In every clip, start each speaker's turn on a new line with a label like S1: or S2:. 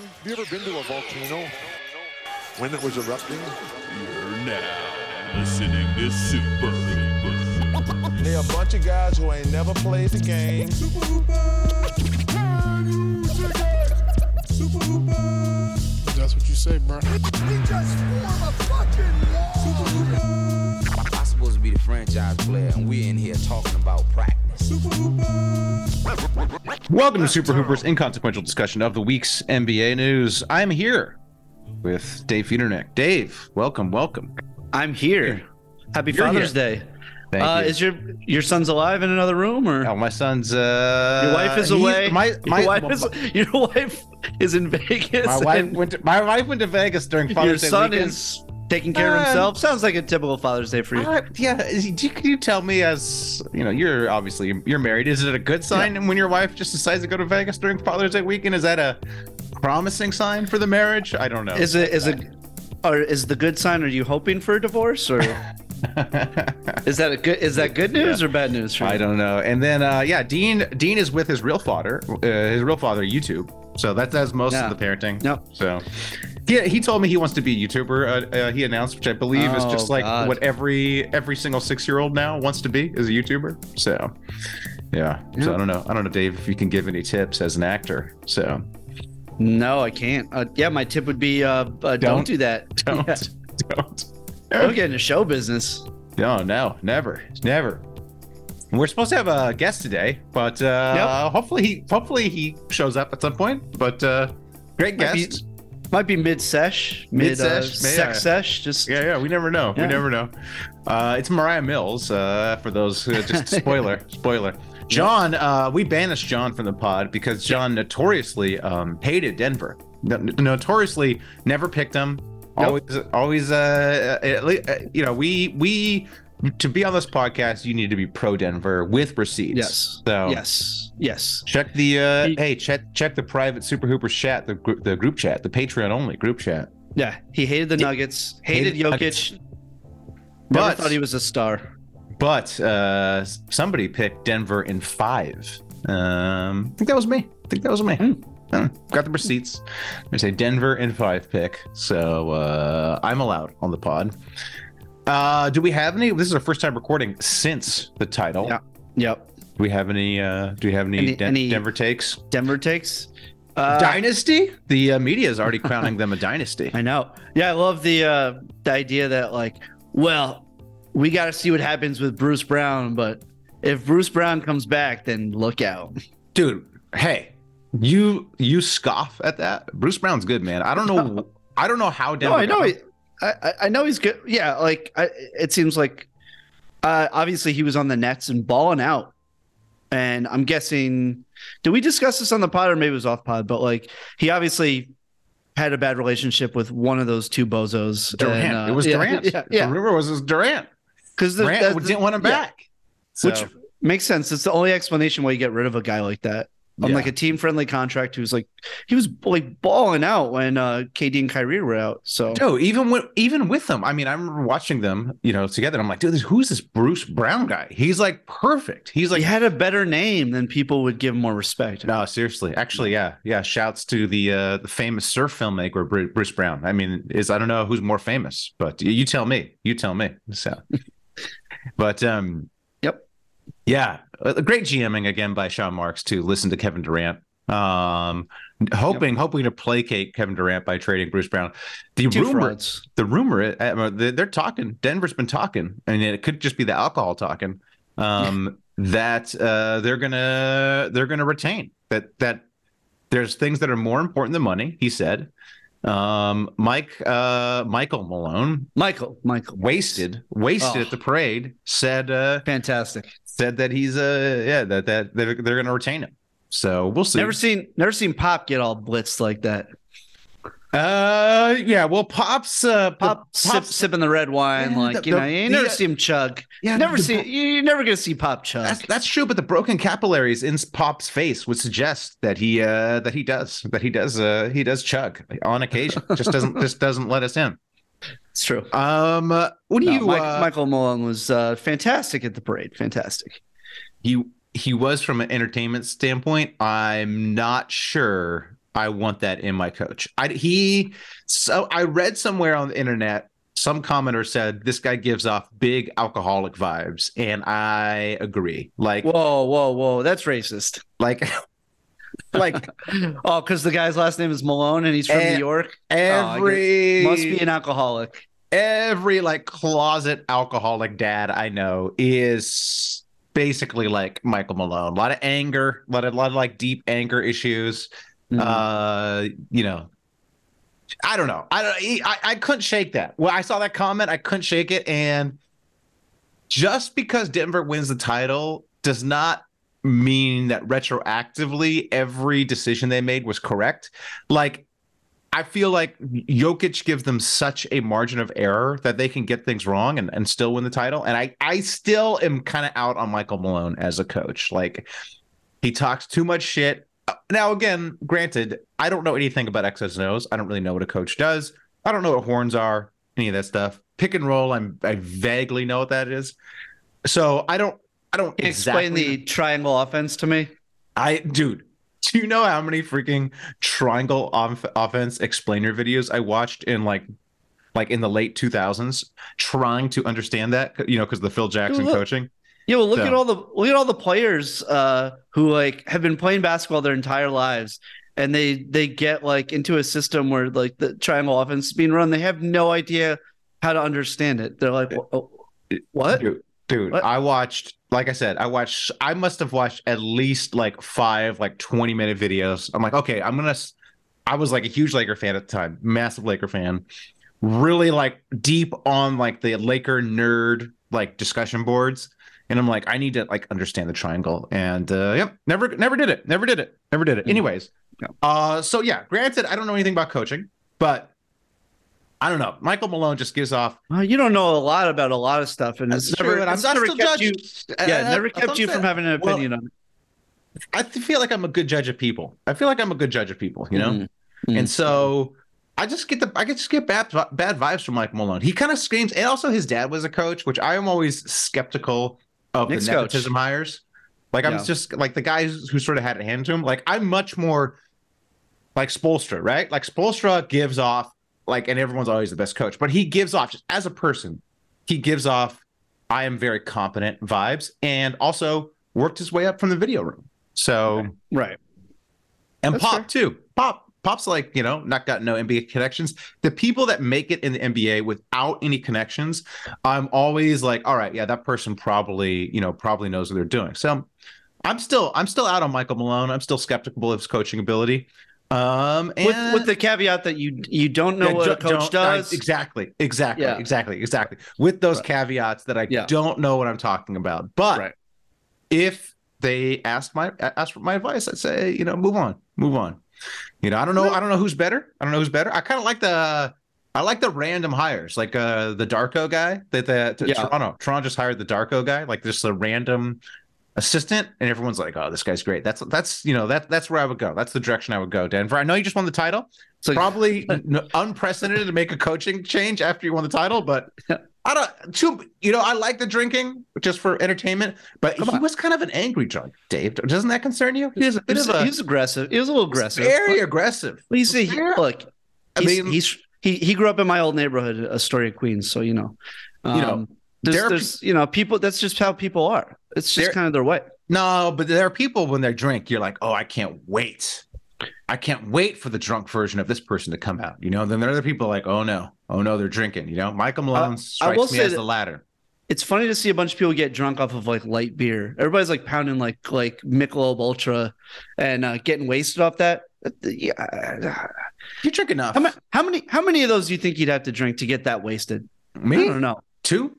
S1: Have you ever been to a volcano when it was erupting?
S2: You're now listening to Super Hooper.
S3: They're a bunch of guys who ain't never played the game.
S4: Super Hooper! Can you dig it? Super Hooper!
S5: That's what you say, bro.
S4: We just form a fucking wall! Super Hooper!
S6: I'm supposed to be the franchise player, and we're in here talking about practice. Super Hooper!
S7: Welcome to Super Hooper's inconsequential discussion of the week's NBA news. I'm here with Dave Feudernick. Dave, welcome, welcome.
S8: I'm here. Happy
S7: You're
S8: Father's
S7: here.
S8: Day.
S7: Thank
S8: uh,
S7: you.
S8: Is your your son's alive in another room or?
S7: Oh, my son's. Uh,
S8: Your wife is
S7: he-
S8: away.
S7: My my
S8: your, wife is, your wife is in Vegas.
S7: my wife
S8: and
S7: went. To, my wife went to Vegas during
S8: Your
S7: Father's Day
S8: son
S7: weekend.
S8: is taking care of
S7: Um,
S8: himself. Sounds like a typical Father's Day for you.
S7: Uh, yeah, is he- do you, can you tell me as you know? You're obviously you're married. Is it a good sign when your wife just decides to go to Vegas during Father's Day weekend? Is that a promising sign for the marriage? I don't know.
S8: is it is it or is the good sign? Are you hoping for a divorce or is that a good is that good news or bad news for you?
S7: I don't know. And then uh, yeah, Dean Dean is with his real father, uh, his real father YouTube. So that does most
S8: Yeah.
S7: of the parenting.
S8: Yep.
S7: So he, he told me he wants to be a YouTuber. Uh, uh, he announced, which I believe is just
S8: Oh,
S7: like
S8: God.
S7: what every every single six year old now wants to be is a YouTuber. So yeah. So I don't know. I don't know, Dave, if you can give any tips as an actor. So
S8: No, I can't. Uh, yeah, my tip would be uh, uh, don't.
S7: Don't.
S8: do that.
S7: don't
S8: Yeah.
S7: don't.
S8: Don't get into show business.
S7: No, no, never, never. We're supposed to have a guest today, but uh, hopefully, he, hopefully he shows up at some point. But uh, great
S8: Might be-
S7: guest.
S8: Might be mid sesh, mid uh,
S7: Mid-sesh, may I?
S8: sex sesh. Just
S7: Yeah, yeah. We never know.
S8: Yeah.
S7: We never know. Uh, it's Mariah Mills. Uh, for those uh, just spoiler, spoiler. John, uh, we banished John from the pod because John notoriously um, hated Denver. No- notoriously, never picked them. Always, always. Uh, at le- uh, you know, we we to be on this podcast, you need to be pro Denver with receipts.
S8: Yes.
S7: So
S8: Yes. Yes.
S7: Check the uh,
S8: He-
S7: hey check check the private Super Hoopers chat the gr- the group chat the Patreon only group chat.
S8: Yeah. He hated the Nuggets. Hated,
S7: hated Nuggets.
S8: Jokic. Never
S7: But
S8: thought he was a star.
S7: but uh, s- somebody picked Denver in five. Um, I think that was me. I think that was me.
S8: Hmm.
S7: Uh, got the receipts. I say Denver in five pick. So uh, I'm allowed on the pod. Uh, do we have any? This is our first time recording since the title.
S8: Yeah. Yep.
S7: Do we have any? Uh, do we have any,
S8: Any-
S7: Den-
S8: any-
S7: Denver takes?
S8: Denver takes. Uh,
S7: dynasty? The uh, media is already crowning them a dynasty.
S8: I know. Yeah, I love the uh, the idea that like, well, we got to see what happens with Bruce Brown, but if Bruce Brown comes back, then look out.
S7: dude hey you you scoff at that bruce brown's good man i don't know i don't know how
S8: No,
S7: Denver
S8: I know.
S7: got-
S8: He, I I- I know he's good. Yeah, like I, it seems like uh, obviously he was on the Nets and balling out. And I'm guessing, did we discuss this on the pod or maybe it was off pod? But like he obviously had a bad relationship with one of those two bozos.
S7: durant
S8: And, uh,
S7: it was
S8: yeah,
S7: durant
S8: Yeah,
S7: the
S8: yeah.
S7: rumor was, it was durant
S8: Because
S7: durant didn't want him back so,
S8: Which makes sense. It's the only explanation why you get rid of a guy like that on
S7: Yeah.
S8: like a team friendly contract who's like he was like balling out when uh KD and Kyrie were out. So
S7: no even when even with them i mean i remember watching them you know together and i'm like dude this, who's this bruce brown guy he's like perfect he's like
S8: he had a better name than people would give him more respect.
S7: No, seriously. Actually, yeah, yeah. Shouts to the uh, the famous surf filmmaker Bru- Bruce Brown. I mean, is I don't know who's more famous, but y- you tell me. You tell me. So, but um,
S8: Yep.
S7: yeah, a- a great GMing again by Sean Marks to listen to Kevin Durant. Um, hoping hoping to placate Kevin Durant by trading Bruce Brown. The
S8: Two
S7: rumor,
S8: frauds.
S7: the rumor, uh, they're they're talking. Denver's been talking, and it could just be the alcohol talking. Um, that uh, they're gonna they're gonna retain that that there's things that are more important than money. He said, um, Mike uh, Michael Malone
S8: Michael, Michael.
S7: wasted wasted
S8: Oh.
S7: at the parade said uh,
S8: Fantastic.
S7: said that he's uh yeah that that they're, they're gonna retain him. So we'll see.
S8: Never seen never seen Pop get all blitzed like that.
S7: uh yeah, well, pops uh
S8: Pop,
S7: Pop's-
S8: sip, sipping the red wine,
S7: Yeah,
S8: like
S7: the-
S8: you know,
S7: the-
S8: you ain't
S7: the,
S8: never
S7: uh,
S8: see him chug.
S7: yeah,
S8: never
S7: the-
S8: see you- you're never gonna see Pop chug.
S7: That's that's true, but the broken capillaries in Pop's face would suggest that he uh that he does that he does uh he does chug on occasion. just doesn't just doesn't let us in.
S8: It's true.
S7: Um, uh, what do
S8: No,
S7: you?
S8: Mike-
S7: uh,
S8: Michael Malone was uh, fantastic at the parade. Fantastic.
S7: he he was from an entertainment standpoint. I'm not sure I want that in my coach. I he so I read somewhere on the internet some commenter said this guy gives off big alcoholic vibes and I agree. Like
S8: Whoa, whoa, whoa. That's racist.
S7: like like
S8: Oh, because the guy's last name is Malone and he's from
S7: Eh,
S8: New York.
S7: every
S8: Must be an alcoholic.
S7: every like closet alcoholic dad I know is basically like Michael Malone. A lot of anger, a lot of, lot of like deep anger issues. Uh, you know, I don't know. I don't. he- I, I couldn't shake that. Well, I saw that comment. I couldn't shake it. And just because Denver wins the title does not mean that retroactively every decision they made was correct. Like, I feel like Jokic gives them such a margin of error that they can get things wrong and, and still win the title. And I, I still am kind of out on Michael Malone as a coach. Like, he talks too much shit. Uh, Now, again, granted, I don't know anything about X's and O's. I don't really know what a coach does. I don't know what horns are, any of that stuff. Pick and roll, I'm I vaguely know what that is. So I don't I don't
S8: Can you explain
S7: exactly-
S8: the triangle offense to me?
S7: I dude, do you know how many freaking triangle off- offense explainer videos I watched in like like in the late 2000s trying to understand that, you know, cuz the Phil Jackson
S8: look.
S7: coaching.
S8: Yeah, well, look
S7: So-
S8: at all the look at all the players uh, who like have been playing basketball their entire lives, and they they get like into a system where like the triangle offense is being run. They have no idea how to understand it. They're like, "Wha- oh, what?
S7: Dude, dude
S8: What?
S7: I watched, like I said, I watched, I must have watched at least like five, like 20 minute videos. I'm like, okay, I'm going to, I was like a huge Laker fan at the time, massive Laker fan, really like deep on like the Laker nerd like discussion boards. And I'm like, I need to like understand the triangle. And uh, yep, never, never did it. Never did it. Never did it.
S8: Mhm.
S7: Anyways,
S8: Yeah.
S7: uh, so yeah, granted, I don't know anything about coaching, but I don't know. Michael Malone just gives off
S8: Well, you don't know a lot about a lot of stuff, and it's
S7: That's
S8: never,
S7: true, and I'm
S8: it's
S7: not
S8: never
S7: still
S8: kept you.
S7: judging. Uh,
S8: Yeah, it never
S7: that's what
S8: kept
S7: I'm
S8: you from
S7: saying.
S8: having an
S7: Well,
S8: opinion on it.
S7: I th- feel like I'm a good judge of people. I feel like I'm a good judge of people, you know.
S8: Mhm. Mhm.
S7: And so I just get the I just get bad bad vibes from Mike Malone. He kind of screams, and also his dad was a coach, which I am always skeptical of
S8: Knicks
S7: the
S8: coach.
S7: nepotism hires. Like I'm
S8: Yeah.
S7: just like the guys who sort of had it handed to him. Like I'm much more like Spolstra, right? Like Spolstra gives off like, and everyone's always the best coach, but he gives off just as a person, he gives off I am very competent vibes, and also worked his way up from the video room. So.
S8: Right.
S7: And
S8: That's
S7: Pop too. Pop, Pop's like you know not got no NBA connections. The people that make it in the NBA without any connections, I'm always like, all right, yeah, that person probably you know probably knows what they're doing. So I'm still I'm still out on Michael Malone. I'm still skeptical of his coaching ability. Um, and
S8: With, with the caveat that you you don't know
S7: Yeah,
S8: what a
S7: don't-
S8: coach
S7: don't- I-
S8: does.
S7: exactly, exactly,
S8: Yeah.
S7: exactly, exactly. With those
S8: Right.
S7: caveats that I
S8: Yeah.
S7: don't know what I'm talking about, but
S8: Right.
S7: if they asked my asked for my advice, I'd say you know move on, move on. You know I don't know I don't know who's better. I don't know who's better. I kind of like the I like the random hires, like uh the Darko guy that the, to
S8: Yeah.
S7: Toronto Toronto just hired the Darko guy, like just a random assistant and everyone's like oh this guy's great that's that's you know that that's where i would go that's the direction i would go denver i know you just won the title
S8: So-
S7: probably n- unprecedented to make a coaching change after you won the title, but I don't. Too, you know, I like the drinking just for entertainment, but
S8: Come
S7: he
S8: on.
S7: was kind of an angry drunk, Dave. Doesn't that concern you? He's a bit
S8: he's,
S7: of a
S8: he's aggressive. He was a little aggressive.
S7: very aggressive.
S8: Well, you see, he,
S7: Yeah.
S8: look,
S7: I
S8: he's,
S7: mean-
S8: he's he he grew up in my old neighborhood, Astoria, Queens. So you know, um,
S7: You know,
S8: there's,
S7: there are
S8: there's you know people. That's just how people are. It's just
S7: There-
S8: kind of their way.
S7: No, but there are people when they drink, you're like, oh, I can't wait. I can't wait for the drunk version of this person to come out. You know, then there are other people like, oh no, oh no, they're drinking. You know, Michael Malone strikes
S8: Uh, will
S7: me
S8: say
S7: as
S8: that-
S7: the latter.
S8: It's funny to see a bunch of people get drunk off of like light beer. Everybody's like pounding like like Michelob Ultra, and uh, getting wasted off that. Yeah.
S7: You drink enough.
S8: How, ma- how many how many of those do you think you'd have to drink to get that wasted? I
S7: Me?
S8: don't know.
S7: Two,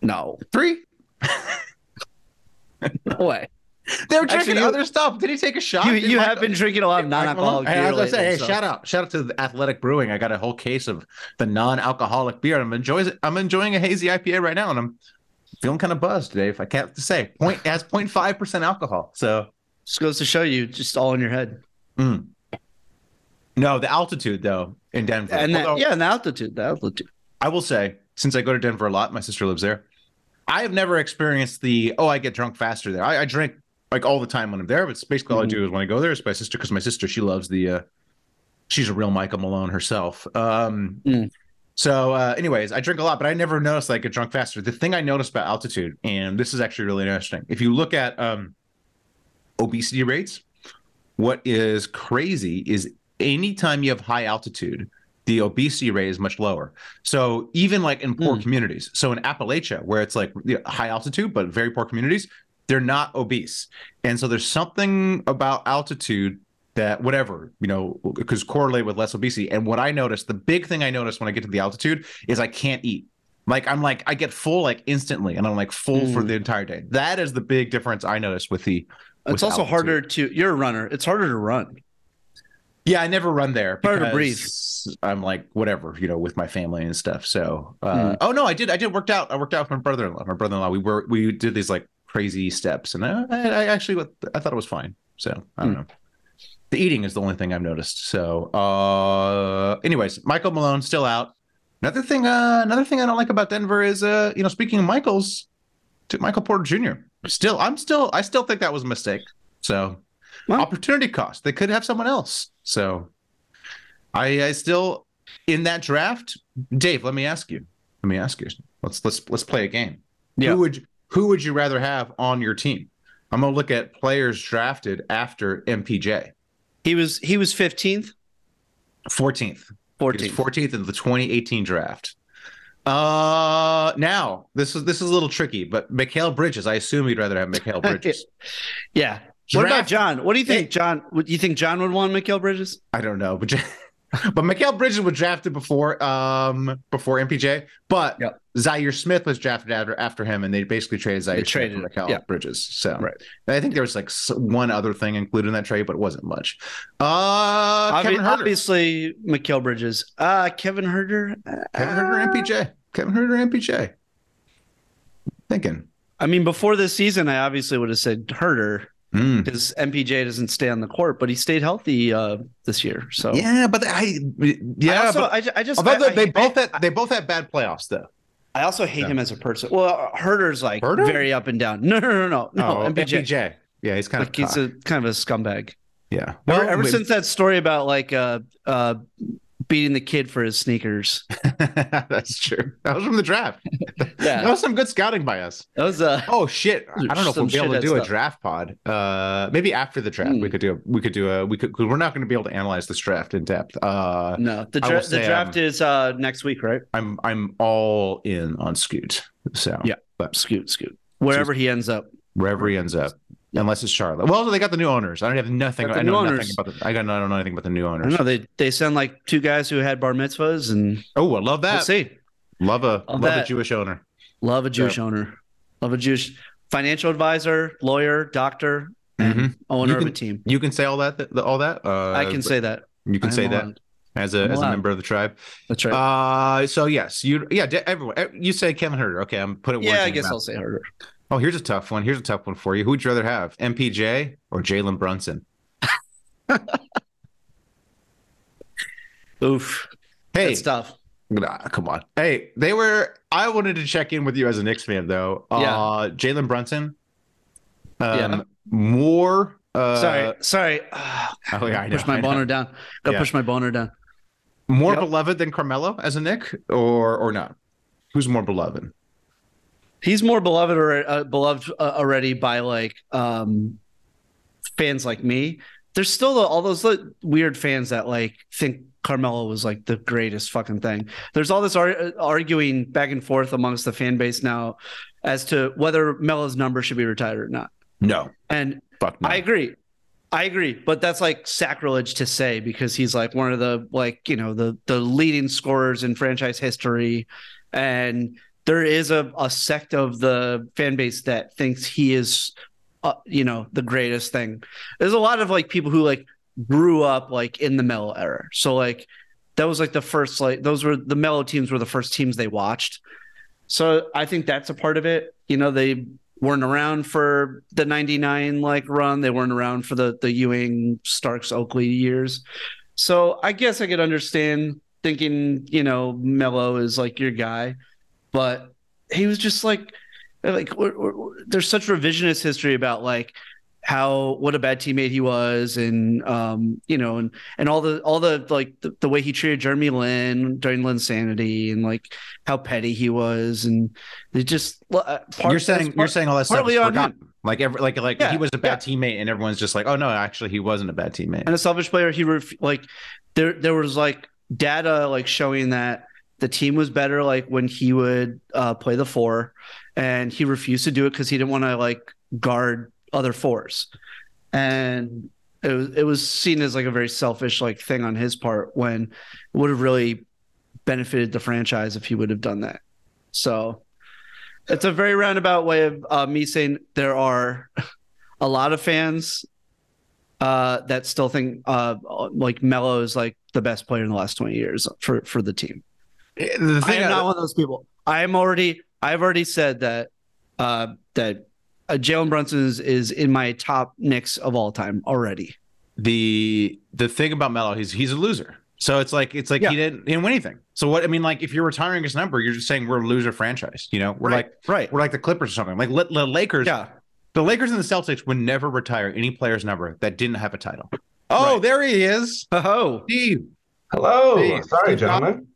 S8: No
S7: three.
S8: way.
S7: They were drinking
S8: Actually, you-
S7: other stuff. Did he take a shot?
S8: You
S7: Did
S8: you have
S7: Michael-
S8: been drinking a lot of non-alcoholic
S7: Hey, I
S8: beer.
S7: was gonna say,
S8: lately,
S7: hey,
S8: so-
S7: shout out, shout out to the Athletic Brewing. I got a whole case of the non-alcoholic beer. I'm enjoying, I'm enjoying a hazy IPA right now, and I'm feeling kind of buzzed, Dave. I can't say point it has 0.5 percent alcohol. So
S8: Just goes to show you, just all in your head.
S7: mm. no, the altitude though in Denver.
S8: and that,
S7: Although,
S8: yeah, and the altitude, the altitude.
S7: I will say, since I go to Denver a lot, my sister lives there. I have never experienced the oh, I get drunk faster there. I, I drink like all the time when I'm there, but it's basically all I do is when I go there is my sister because my sister she loves the uh she's a real Michael Malone herself. Um
S8: Mm.
S7: so uh anyways, I drink a lot, but I never noticed that I get drunk faster. The thing I noticed about altitude, and this is actually really interesting, if you look at um obesity rates, what is crazy is anytime you have high altitude, the obesity rate is much lower. So even like in poor communities, so in Appalachia, where it's like you know, high altitude but very poor communities, they're not obese. And so there's something about altitude that whatever you know because correlate with less obesity. And what I noticed, the big thing I noticed when I get to the altitude is I can't eat. Like I'm like I get full like instantly, and I'm like full for
S8: Mm.
S7: the entire day. That is the big difference I noticed with the.
S8: It's
S7: with
S8: also
S7: altitude.
S8: harder to. You're a runner. It's harder to run.
S7: Yeah, I never run there.
S8: Harder to breathe.
S7: because I'm like whatever, you know, with my family and stuff. So,
S8: Hmm.
S7: uh, oh no, I did. I did worked out. I worked out with my brother-in-law. My brother-in-law. We were we did these like crazy steps, and I, I I actually I thought it was fine. So I
S8: Hmm.
S7: don't know. The eating is the only thing I've noticed. So, uh, anyways, Michael Malone still out. Another thing, uh, another thing I don't like about Denver is, uh, you know, speaking of Michaels, to Michael Porter Jr. Still, I'm still, I still think that was a mistake. So,
S8: Well-
S7: opportunity cost. They could have someone else. So, I, I still in that draft, Dave. Let me ask you. Let me ask you. Let's let's let's play a game.
S8: Yeah.
S7: Who would who would you rather have on your team? I'm gonna look at players drafted after MPJ.
S8: He was he was 15th,
S7: 14th.
S8: 14th.
S7: 14th of the 2018 draft. Uh now this is this is a little tricky, but Mikhail Bridges, I assume you'd rather have Mikhail Bridges.
S8: yeah. What about
S7: Draft-
S8: John? What do you
S7: Hey.
S8: think, John? Would you think John would want Mikael Bridges?
S7: I don't know, but but Mikhail Bridges was drafted before um before MPJ, but
S8: Yep.
S7: Zaire Smith was drafted after after him, and they basically traded Zaire
S8: They traded
S7: Smith
S8: him,
S7: for Mikhail
S8: yeah.
S7: Bridges. So
S8: Right.
S7: and I think there was like s- one other thing included in that trade, but it wasn't much. Uh,
S8: Obvi-
S7: Kevin Herter,
S8: obviously, Mikael Bridges. Uh, Kevin Herder.
S7: Kevin Herter, MPJ, Kevin Herter, MPJ. Thinking.
S8: I mean, before this season, I obviously would have said Herder
S7: Hmm.
S8: because MPJ doesn't stay on the court, but he stayed healthy uh, this year. So
S7: Yeah, but I yeah.
S8: I, also,
S7: but,
S8: I, ju- I just
S7: although
S8: I, I-
S7: they both had they both had bad playoffs though.
S8: I also hate him as a person. Well, Herder's like
S7: Herter? Oh,
S8: very up and down. No, no, no, no, no. MPJ.
S7: Yeah, he's kind
S8: Like he's a kind of a scumbag.
S7: yeah.
S8: ever, ever since that story about like uh uh beating the kid for his sneakers.
S7: that's true. That was from the draft.
S8: Yeah.
S7: That was some good scouting by us.
S8: That was uh
S7: Oh shit! I don't know if
S8: Some
S7: we'll be able to
S8: shithead
S7: do a
S8: stuff. Hmm.
S7: draft pod. Uh, maybe after the draft we could do. We could do a. We could. Cause we're not going to be able to analyze this draft in depth. Uh,
S8: no. The
S7: I
S8: dra-
S7: will
S8: the
S7: say,
S8: draft is uh next week, right?
S7: I'm I'm all in on Scoot. So
S8: Yeah. Scoot, scoot. Wherever he ends up.
S7: wherever he ends up, unless it's Charlotte. Well, they got the new owners. I don't have nothing.
S8: Got the
S7: I know
S8: new
S7: nothing
S8: owners.
S7: about the. I got. I don't know anything about the new
S8: I
S7: owners.
S8: don't know. They they send like two guys who had bar mitzvahs and
S7: Oh, I love
S8: we'll
S7: that.
S8: see.
S7: love a
S8: Love
S7: love
S8: that.
S7: a Jewish owner.
S8: Love a Jewish owner. Love a Jewish financial advisor, lawyer, doctor, and
S7: Mhm.
S8: owner
S7: You
S8: of a team.
S7: You can say all that. th- all that. Uh,
S8: I can say that.
S7: You can
S8: I'm
S7: say that
S8: allowed.
S7: as a
S8: I'm
S7: as a
S8: allowed.
S7: member of the tribe.
S8: That's right.
S7: Uh, so yes, you yeah de- everyone. eh, You say Kevin Herter. Okay, I'm put it. words
S8: yeah, I
S7: in your
S8: guess
S7: mouth.
S8: I'll say Herder.
S7: Oh, here's a tough one. Here's a tough one for you. Who'd you rather have, MPJ or Jalen Brunson?
S8: Oof.
S7: Hey,
S8: That's tough.
S7: Nah, come on. Hey, they were. I wanted to check in with you as a Knicks fan, though.
S8: Yeah.
S7: Uh, Jalen Brunson. Um,
S8: Yeah.
S7: More. Uh,
S8: sorry, sorry.
S7: Oh, yeah, I know,
S8: push my
S7: I know.
S8: boner down. Gotta
S7: Yeah.
S8: push my boner down.
S7: More
S8: Yep.
S7: beloved than Carmelo as a Nick, or or not? Who's more beloved?
S8: He's more beloved or uh, beloved uh, already by like um fans like me. There's still all those like, weird fans that like think Carmelo was like the greatest fucking thing. There's all this ar- uh, arguing back and forth amongst the fan base now as to whether Melo's number should be retired or not.
S7: No,
S8: And
S7: fuck no.
S8: I agree. I agree, but that's like sacrilege to say because he's like one of the like you know the the leading scorers in franchise history, and there is a, a sect of the fan base that thinks he is, uh, you know, the greatest thing. There's a lot of like people who like grew up like in the Melo era, so like that was like the first like those were the Melo teams were the first teams they watched. So I think that's a part of it. You know, they weren't around for the 99 like run. They weren't around for the the Ewing Starks Oakley years. So I guess I could understand thinking, you know, Mello is like your guy, but he was just like like we're- we're- we're- there's such revisionist history about like how what a bad teammate he was and um you know and and all the all the like the, the way he treated Jeremy Lin during Lin's sanity and like how petty he was and it just uh, part-
S7: you're saying
S8: that's
S7: you're
S8: part-
S7: saying all that stuff
S8: partly
S7: is
S8: on
S7: forgotten. Like every like like
S8: Yeah,
S7: he was a bad teammate, and everyone's just like, oh no, actually he wasn't a bad teammate.
S8: and a selfish player he ref- like there there was like data like showing that the team was better like when he would uh, play the four and he refused to do it because he didn't want to like guard other fours and it was it was seen as like a very selfish like thing on his part when it would have really benefited the franchise if he would have done that so it's a very roundabout way of uh, me saying there are a lot of fans uh, that still think uh, like Melo is like the best player in the last 20 years for, for the team.
S7: The
S8: I
S7: thing
S8: am
S7: I-
S8: not one of those people. I am already, I've already said that, uh, that uh, Jalen Brunson is, is in my top Knicks of all time already.
S7: the the thing about Melo, he's he's a loser. So it's like it's like he didn't he didn't win anything. So what I mean, like if you're retiring his number, you're just saying we're a loser franchise. You know, we're like
S8: right.
S7: we're like the Clippers or something. Like let- the Lakers,
S8: Yeah.
S7: the Lakers and the Celtics would never retire any player's number that didn't have a title. Oh, there he is,
S8: Oh,
S7: Steve.
S5: Hello.
S7: Hey,
S5: Sorry,
S7: Steve
S5: gentlemen.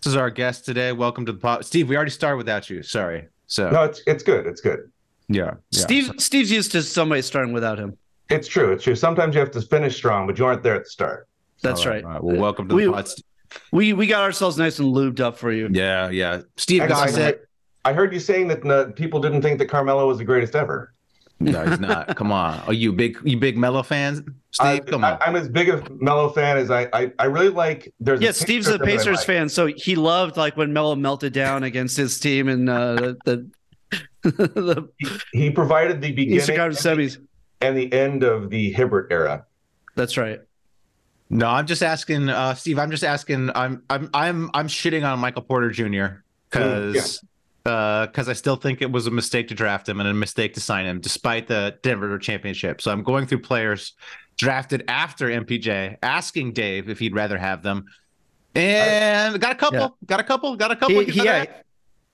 S7: This is our guest today. Welcome to the pop, Steve. We already started without you. Sorry. So
S5: No, it's it's good. It's good.
S7: yeah, yeah.
S8: Steve, Steve's used to somebody starting without him.
S5: It's true. It's true. Sometimes you have to finish strong, but you aren't there at the start.
S8: That's
S7: All
S8: right.
S7: all Well, welcome to
S8: We-
S7: the pod. Steve.
S8: We, we got ourselves nice and lubed up for you.
S7: Yeah, yeah. Steve
S5: Actually,
S7: got
S5: I,
S7: it.
S5: heard- I heard you saying that uh, people didn't think that Carmelo was the greatest ever.
S7: No, he's not. Come on. Are you big? You big Melo fans? Steve,
S5: I,
S7: come on.
S5: I, am as big a Melo fan as I. I, I really like. There's
S8: Yeah, Steve's
S5: picture
S8: a
S5: of him that I
S8: Pacers
S5: like.
S8: fan, so he loved like when Melo melted down against his team and uh, the the,
S5: He provided the
S8: the Eastern
S5: beginning
S8: Conference semis.
S5: and the end of the Hibbert era.
S8: That's right.
S7: No, I'm just asking, uh, Steve. I'm just asking. I'm I'm I'm I'm shitting on Michael Porter Jr. because because I still think it was a mistake to draft him and a mistake to sign him, despite the Denver championship. So I'm going through players drafted after MPJ, asking Dave if he'd rather have them, and got a couple,
S8: Yeah.
S7: got a couple, got a couple.
S8: He,
S7: he'd
S8: he,
S7: rather
S8: yeah,
S7: have-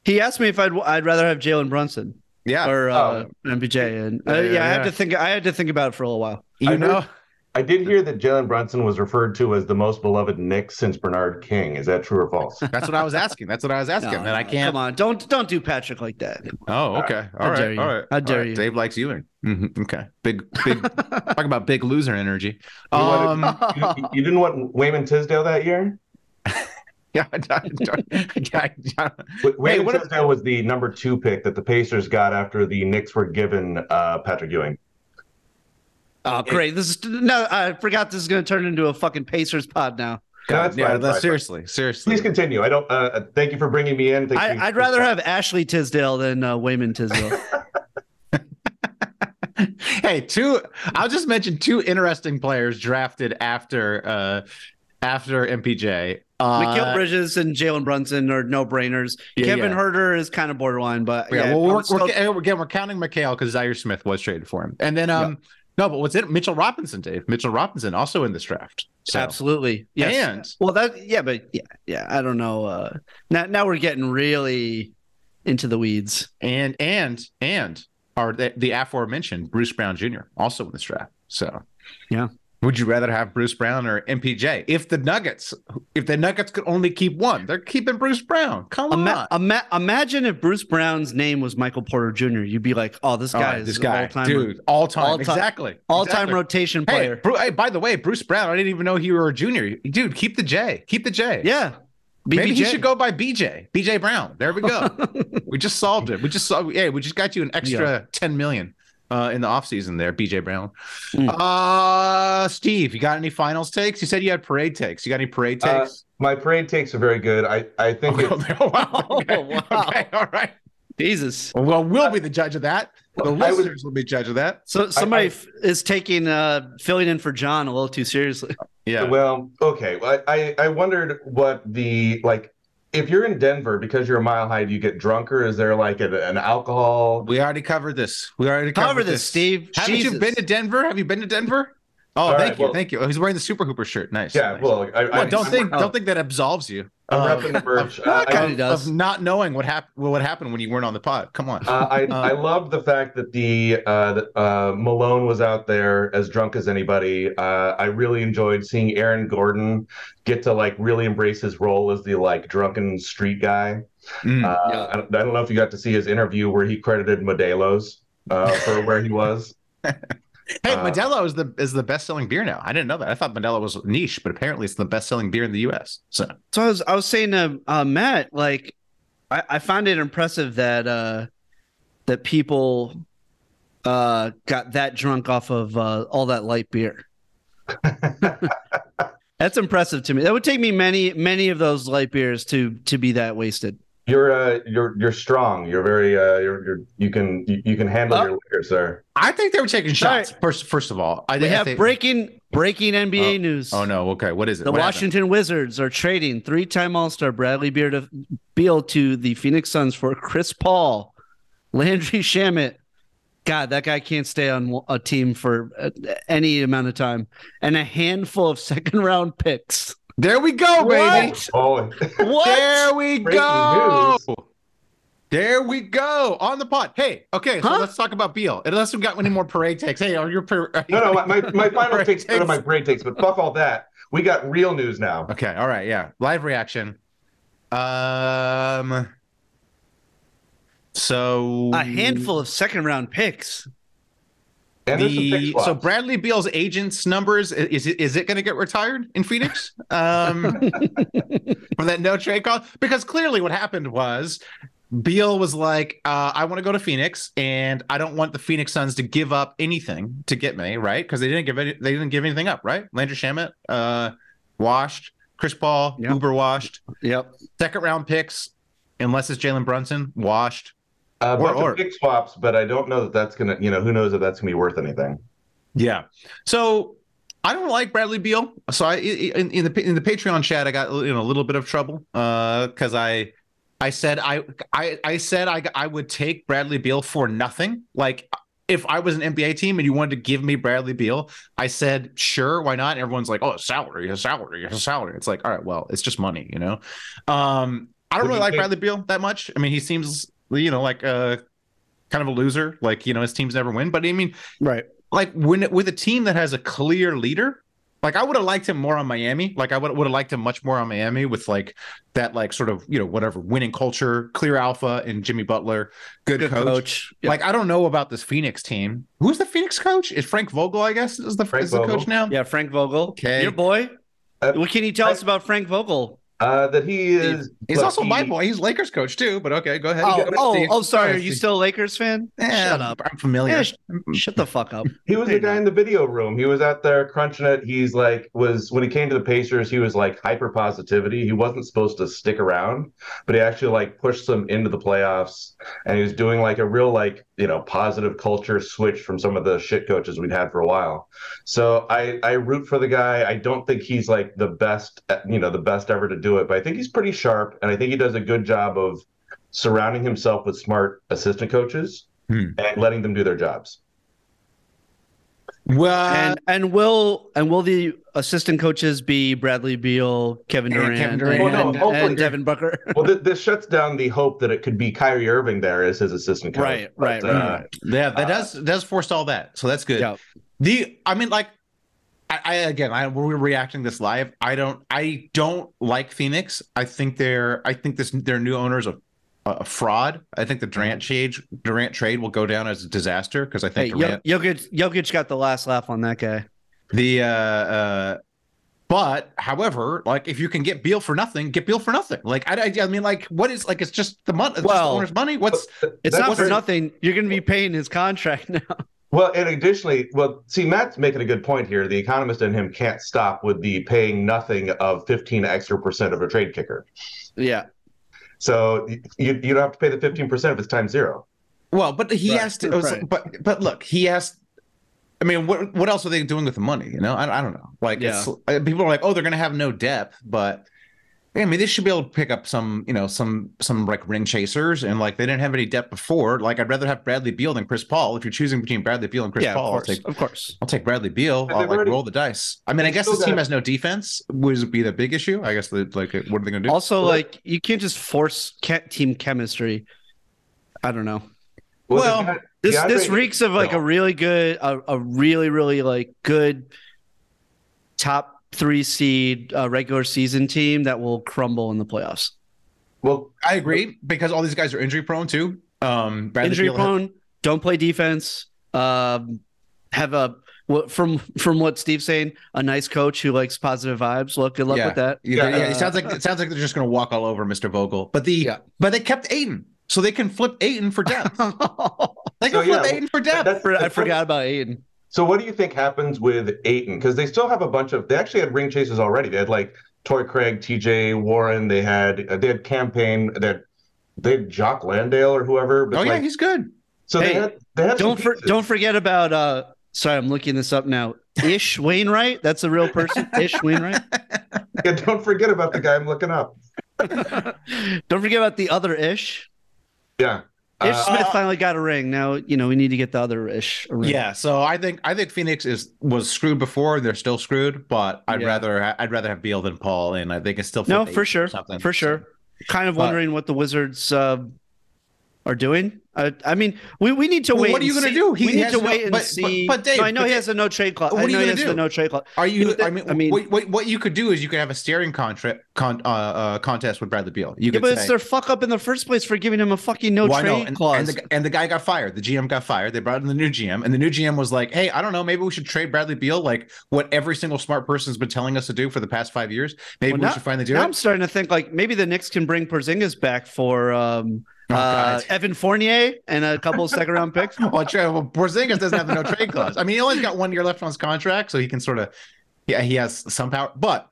S8: he asked me if I'd I'd rather have Jalen Brunson
S7: yeah.
S8: or uh, MPJ, and uh,
S7: Yeah,
S8: yeah,
S7: yeah,
S8: I had
S7: yeah.
S8: to think I had to think about it for a little while.
S7: you
S5: I heard-
S7: know,
S5: I did hear that Jalen Brunson was referred to as the most beloved Knicks since Bernard King. Is that true or false?
S7: that's what I was asking. That's what I was asking,
S8: No,
S7: and
S8: no,
S7: I can't.
S8: Come on, don't don't do Patrick like that.
S7: Oh, okay. All
S8: dare
S7: right.
S8: you.
S7: All right.
S8: How
S7: All
S8: dare
S7: right.
S8: you. Mm-hmm.
S7: Dave likes Ewing. Mhm, Okay. Big, big. talk about big loser energy.
S5: You wanted-
S7: Um,
S5: you, you didn't want Wayman Tisdale that year.
S7: yeah. I don't- I don't-
S5: Wa- Wayman
S7: what if-
S5: Tisdale was the number two pick that the Pacers got after the Knicks were given uh, Patrick Ewing.
S8: Oh, great! This is no. I forgot this is going to turn into a fucking Pacers pod now.
S5: No, that's
S7: yeah.
S5: fine,
S7: that's
S5: fine.
S7: seriously, seriously.
S5: Please continue. I don't. Uh, uh, thank you for bringing me in. Thank
S8: I,
S5: you.
S8: I'd rather have Ashley Tisdale than uh, Wayman Tisdale.
S7: hey, two. I'll just mention two interesting players drafted after, uh after MPJ. Uh,
S8: Mikal Bridges and Jalen Brunson are no brainers.
S7: Yeah,
S8: Kevin
S7: yeah.
S8: Herter is kind of borderline, but
S7: Yeah,
S8: yeah,
S7: well,
S8: I'm
S7: we're,
S8: still-
S7: we're, ca- again, we're counting McHale because Zaire Smith was traded for him, and then um, no, but what's it? Mitchell Robinson, Dave. Mitchell Robinson also in this draft. So.
S8: absolutely. Yes.
S7: And
S8: Well, that yeah, but yeah, yeah. I don't know. Uh, now now we're getting really into the weeds.
S7: and and and are the, the aforementioned Bruce Brown Jr. also in this draft. So
S8: Yeah.
S7: would you rather have Bruce Brown or MPJ? If the Nuggets, if the Nuggets could only keep one, they're keeping Bruce Brown. Come
S8: Ima-
S7: on,
S8: ima- imagine if Bruce Brown's name was Michael Porter Jr. You'd be like, oh, this
S7: All
S8: guy
S7: right,
S8: is
S7: this guy,
S8: all-time,
S7: dude, all time,
S8: all-time-
S7: exactly,
S8: all-time
S7: exactly.
S8: rotation
S7: Hey,
S8: player.
S7: Bru- hey, by the way, Bruce Brown. I didn't even know you were a junior, dude. Keep the J, keep the J.
S8: yeah,
S7: Maybe he
S8: BBJ.
S7: should go by BJ, BJ Brown. There we go. we just solved it. We just saw. Hey, we just got you an extra ten million uh, in the offseason there, BJ Brown.
S8: Mm.
S7: Uh Steve, you got any finals takes? You said you had parade takes. You got any parade
S5: Uh,
S7: takes?
S5: My parade takes are very good. I I think it's
S7: wow. Okay.
S8: Oh, wow.
S7: okay, all right.
S8: Jesus.
S7: Well, we'll be the judge of that. The
S5: I was-
S7: listeners will be judge of that.
S8: So somebody f- is taking uh, filling in for John a little too seriously.
S7: Yeah.
S5: Well, okay. Well, I, I I wondered what the like if you're in Denver because you're a mile high, do you get drunker? Is there like an, an alcohol?
S7: We already covered this. We already covered
S8: Cover this, Steve.
S7: Haven't you
S8: Jesus.
S7: been to Denver? Have you been to Denver? Oh,
S5: All
S7: thank
S5: right,
S7: you,
S5: well-
S7: thank you. Oh, he's wearing the Super Hooper shirt. Nice.
S5: Yeah,
S7: nice.
S5: well, I,
S7: Well,
S5: I
S7: don't think
S8: oh.
S7: don't think that absolves you
S5: I'm
S7: uh,
S5: repping the merch.
S8: Well,
S5: Uh,
S8: it
S5: I,
S8: kinda does.
S7: of not knowing what happened what happened when you weren't on the pod. Come on.
S5: uh, I,
S7: Uh,
S5: I love the fact that the uh, that, uh, Malone was out there as drunk as anybody. Uh, I really enjoyed seeing Aaron Gordon get to like really embrace his role as the like drunken street guy.
S7: Mm.
S5: Uh,
S8: Yeah.
S5: I, don't, I don't know if you got to see his interview where he credited Modelo's uh, for where he was.
S7: Hey,
S5: Uh,
S7: Modelo is the is the best selling beer now. I didn't know that. I thought Modelo was niche, but apparently it's the best selling beer in the U.S. So
S8: So I was I was saying to uh, Matt, like I, I found it impressive that uh that people uh got that drunk off of uh, all that light beer. That's impressive to me. That would take me many many of those light beers to to be that wasted.
S5: You're uh, you're you're strong. You're very uh, you're, you're you can you, you can handle
S8: Oh.
S5: your liquor, sir.
S7: I think they were taking
S8: Sorry.
S7: shots. First, first of all, I
S8: We
S7: I
S8: have
S7: think-
S8: breaking breaking NBA news.
S7: Oh no. Okay, what is it?
S8: The
S7: What happened?
S8: Washington Wizards are trading three-time All-Star Bradley Beard of Beal to the Phoenix Suns for Chris Paul, Landry Shamit. God, that guy can't stay on a team for uh, any amount of time, and a handful of second-round picks.
S7: There we go, baby.
S8: What?
S5: Oh,
S8: What?
S7: There we
S5: Breaking
S7: go. There we go on the pot. Hey, okay, so
S8: Huh?
S7: let's talk about Beal. Unless we've got any more parade takes. Hey, are your par- are you
S5: no, no, my my, my final
S7: Parade
S5: takes, no,
S7: takes?
S5: my brain takes, but fuck all that. We got real news now.
S7: Okay, all right, yeah. Live reaction. Um so
S8: A handful of second-round picks.
S5: And there's some
S7: the,
S5: pick
S7: so
S5: so
S7: Bradley Beal's agent's numbers i- is it, is it going to get retired in Phoenix um, from that no trade call? Because clearly, what happened was Beal was like, uh, "I want to go to Phoenix, and I don't want the Phoenix Suns to give up anything to get me right because they didn't give any, they didn't give anything up, right? Landry Shamet, uh, washed, Chris Paul,
S8: Yeah.
S7: Uber washed,
S8: Yep.
S7: second round picks, unless it's Jalen Brunson, washed.
S5: a Uh, bunch
S7: or-
S5: of pick swaps, but I don't know that that's gonna. You know, who knows if that's gonna be worth anything?
S7: Yeah. So I don't like Bradley Beal. So I in, in the in the Patreon chat I got in a little bit of trouble uh cuz I I said I I I said I I would take Bradley Beal for nothing. Like if I was an NBA team and you wanted to give me Bradley Beal, I said sure, why not? And everyone's like, "Oh, salary, a salary, a salary." It's like, "All right, well, it's just money, you know." Um I don't
S5: Would
S7: really
S5: you
S7: like
S5: take-
S7: Bradley Beal that much. I mean, he seems you know like uh kind of a loser, like you know his teams never win, but I mean
S8: Right.
S7: like when with a team that has a clear leader like i would have liked him more on miami like i would would have liked him much more on miami with like that like sort of you know whatever winning culture clear alpha and jimmy butler good,
S8: Good
S7: coach,
S8: coach. Yep.
S7: like i don't know about this phoenix team who's the phoenix coach is frank vogel i guess is the
S5: Frank
S7: is the
S5: Vogel.
S7: coach now
S8: yeah, Frank Vogel.
S7: Okay.
S8: Your boy.
S5: Uh,
S8: what can you tell us about Frank Vogel?
S5: Uh, that he is.
S7: he's
S5: look,
S7: also my
S5: he-
S7: boy he's lakers coach too but okay go ahead
S8: Oh,
S7: Go ahead,
S8: oh,
S7: Steve.
S8: oh, sorry.
S7: Go
S8: Are
S7: ahead,
S8: you
S7: Steve.
S8: still Lakers fan?
S7: Yeah,
S8: Shut up.
S7: i'm familiar
S8: Yeah, sh- Shut the fuck up.
S5: He was the guy in the video room. He was out there crunching it. He's like, was when he came to the Pacers, he was like hyper positivity. He wasn't supposed to stick around, but he actually like pushed them into the playoffs. And he was doing like a real like you know positive culture switch from some of the shit coaches we'd had for a while. So I I root for the guy. I don't think he's like the best you know the best ever to do it, but I think he's pretty sharp, and I think he does a good job of surrounding himself with smart assistant coaches
S7: Hmm.
S5: and letting them do their jobs.
S7: well
S8: and uh, and will and will the assistant coaches be Bradley Beal, Kevin
S7: And
S8: Durant,
S7: Kevin Durant.
S8: and,
S5: Well, no,
S8: and
S5: hopefully-
S8: Devin Booker?
S5: well, th- this shuts down the hope that it could be Kyrie Irving there as his assistant coach.
S8: Right, right,
S5: But,
S8: right,
S5: uh,
S7: Mm. Yeah, that
S5: Uh,
S7: does does forestall that. So that's good.
S8: Yeah.
S7: The I mean, like, I, I again, I we're reacting this live. I don't, I don't like Phoenix. I think they're, I think this their new owners a a fraud. I think the Durant trade Durant trade will go down as a disaster because I
S8: Mm-hmm. Hey,
S7: think Durant,
S8: Yo- Jokic, Jokic got the last laugh on that guy.
S7: the uh, uh but however, like if you can get Beal for nothing, get Beal for nothing. Like I, I, I mean, like what is like it's just the money, the
S8: Well-
S7: owner's money. What's
S8: It's
S5: That
S8: not for
S5: was-
S8: nothing. You're going to be paying his contract now.
S5: Well, and additionally, well, see, Matt's making a good point here. The economist in him can't stop with the paying nothing of 15 extra percent of a trade kicker.
S8: yeah,
S5: So y- you, you don't have to pay the 15% if it's time zero.
S7: Well, but he
S8: Right.
S7: has to. it was-
S8: Right.
S7: But but look, he has. I mean, what what else are they doing with the money? You know, I, I don't know. Like, it's, uh, people are like, oh, they're going to have no depth, but Yeah, I mean, they should be able to pick up some, you know, some some like ring chasers, and like they didn't have any depth before. Like, I'd rather have Bradley Beal than Chris Paul. If you're choosing between Bradley Beal and Chris
S8: yeah,
S7: Paul,
S8: of
S7: I'll
S8: course,
S7: take
S8: of course.
S7: I'll take Bradley Beal.
S5: But
S7: I'll
S5: they've
S7: like
S5: already-
S7: roll the dice. I mean, I guess
S5: still
S7: this team
S5: got-
S7: has no defense. Would be the big issue. I guess the, like, what are they going to do?
S8: Also,
S5: Well,
S8: like you can't just force ca- team chemistry. I don't know.
S5: Well,
S7: Well,
S5: the guy-
S8: This
S5: DeAndre-
S8: this reeks of like a really good, a, a really really like good top three seed uh, regular season team that will crumble in the playoffs.
S5: well,
S7: I agree because all these guys are injury prone too. Um, Bradley
S8: Injury
S7: Beal had-
S8: prone, don't play defense. Um, have a wh- from from what Steve's saying, a nice coach who likes positive vibes. Look, good luck with that.
S7: Yeah,
S5: Yeah.
S7: yeah, it sounds like it sounds like they're just going to walk all over Mr. Vogel. But the
S8: uh, Yeah.
S7: but they kept Aiden, so they can flip Aiden for depth. they can
S5: So, yeah,
S7: flip Aiden for depth.
S5: that's-
S8: For- I forgot about Aiden.
S5: So what do you think happens with Aiton? Because they still have a bunch of. They actually had ring chasers already. They had like Torrey Craig, T.J. Warren. They had uh, they had campaign. They had, they had Jock Landale or whoever. But
S7: Oh yeah,
S5: like,
S7: he's good.
S5: so they
S8: Hey,
S5: had they had. some
S8: Don't for,
S5: pieces.
S8: don't forget about. uh Sorry, I'm looking this up now. Ish Wainwright. That's a real person. Ish Wainwright.
S5: Yeah, don't forget about the guy I'm looking up.
S8: Don't forget about the other Ish.
S5: Yeah.
S8: Ish
S5: Uh,
S8: Smith finally got a ring. Now you know we need to get the other Ish. A ring.
S7: Yeah, so I think I think Phoenix is was screwed before. They're still screwed, but I'd
S8: Yeah.
S7: rather ha- I'd rather have Beal than Paul, and I think it's still
S8: No,
S7: flip
S8: for
S7: Ayton
S8: sure,
S7: or something.
S8: for sure. Kind of
S7: But-
S8: wondering what the Wizards uh, are doing. I, I mean, we, we need to
S7: Well,
S8: wait.
S7: what are
S8: and
S7: you gonna
S8: see-
S7: do? He
S8: we need
S7: has
S8: to
S7: no-
S8: wait and
S7: but- but-
S8: see.
S7: but Dave,
S8: no, I know
S7: but
S8: he
S7: Dave-
S8: has a no trade clause.
S7: What
S8: I
S7: are you
S8: know he
S7: gonna
S8: has
S7: do?
S8: the no trade clause.
S7: Are you?
S8: You know, that-
S7: I mean,
S8: I mean-
S7: what, what, what you could do is you could have a staring contract con, uh, uh, contest with Bradley Beal. You
S8: Yeah,
S7: could
S8: but
S7: say,
S8: it's their fuck up in the first place for giving him a fucking no
S7: Well, I know,
S8: trade
S7: and, and
S8: clause.
S7: the, and the guy got fired. The GM got fired. They brought in the new GM, and the new GM was like, "Hey, I don't know. Maybe we should trade Bradley Beal, like what every single smart person's been telling us to do for the past five years. Maybe
S8: Well,
S7: we
S8: now-
S7: should finally do
S8: now I'm
S7: it."
S8: starting to think like maybe the Knicks can bring Porzingis back for um,
S7: Oh,
S8: uh,
S7: God.
S8: Evan Fournier and a couple of second round picks.
S7: well, tra- well, Porzingis doesn't have the no trade clause. I mean, he only got one year left on his contract, so he can sort of, yeah, he has some power. But,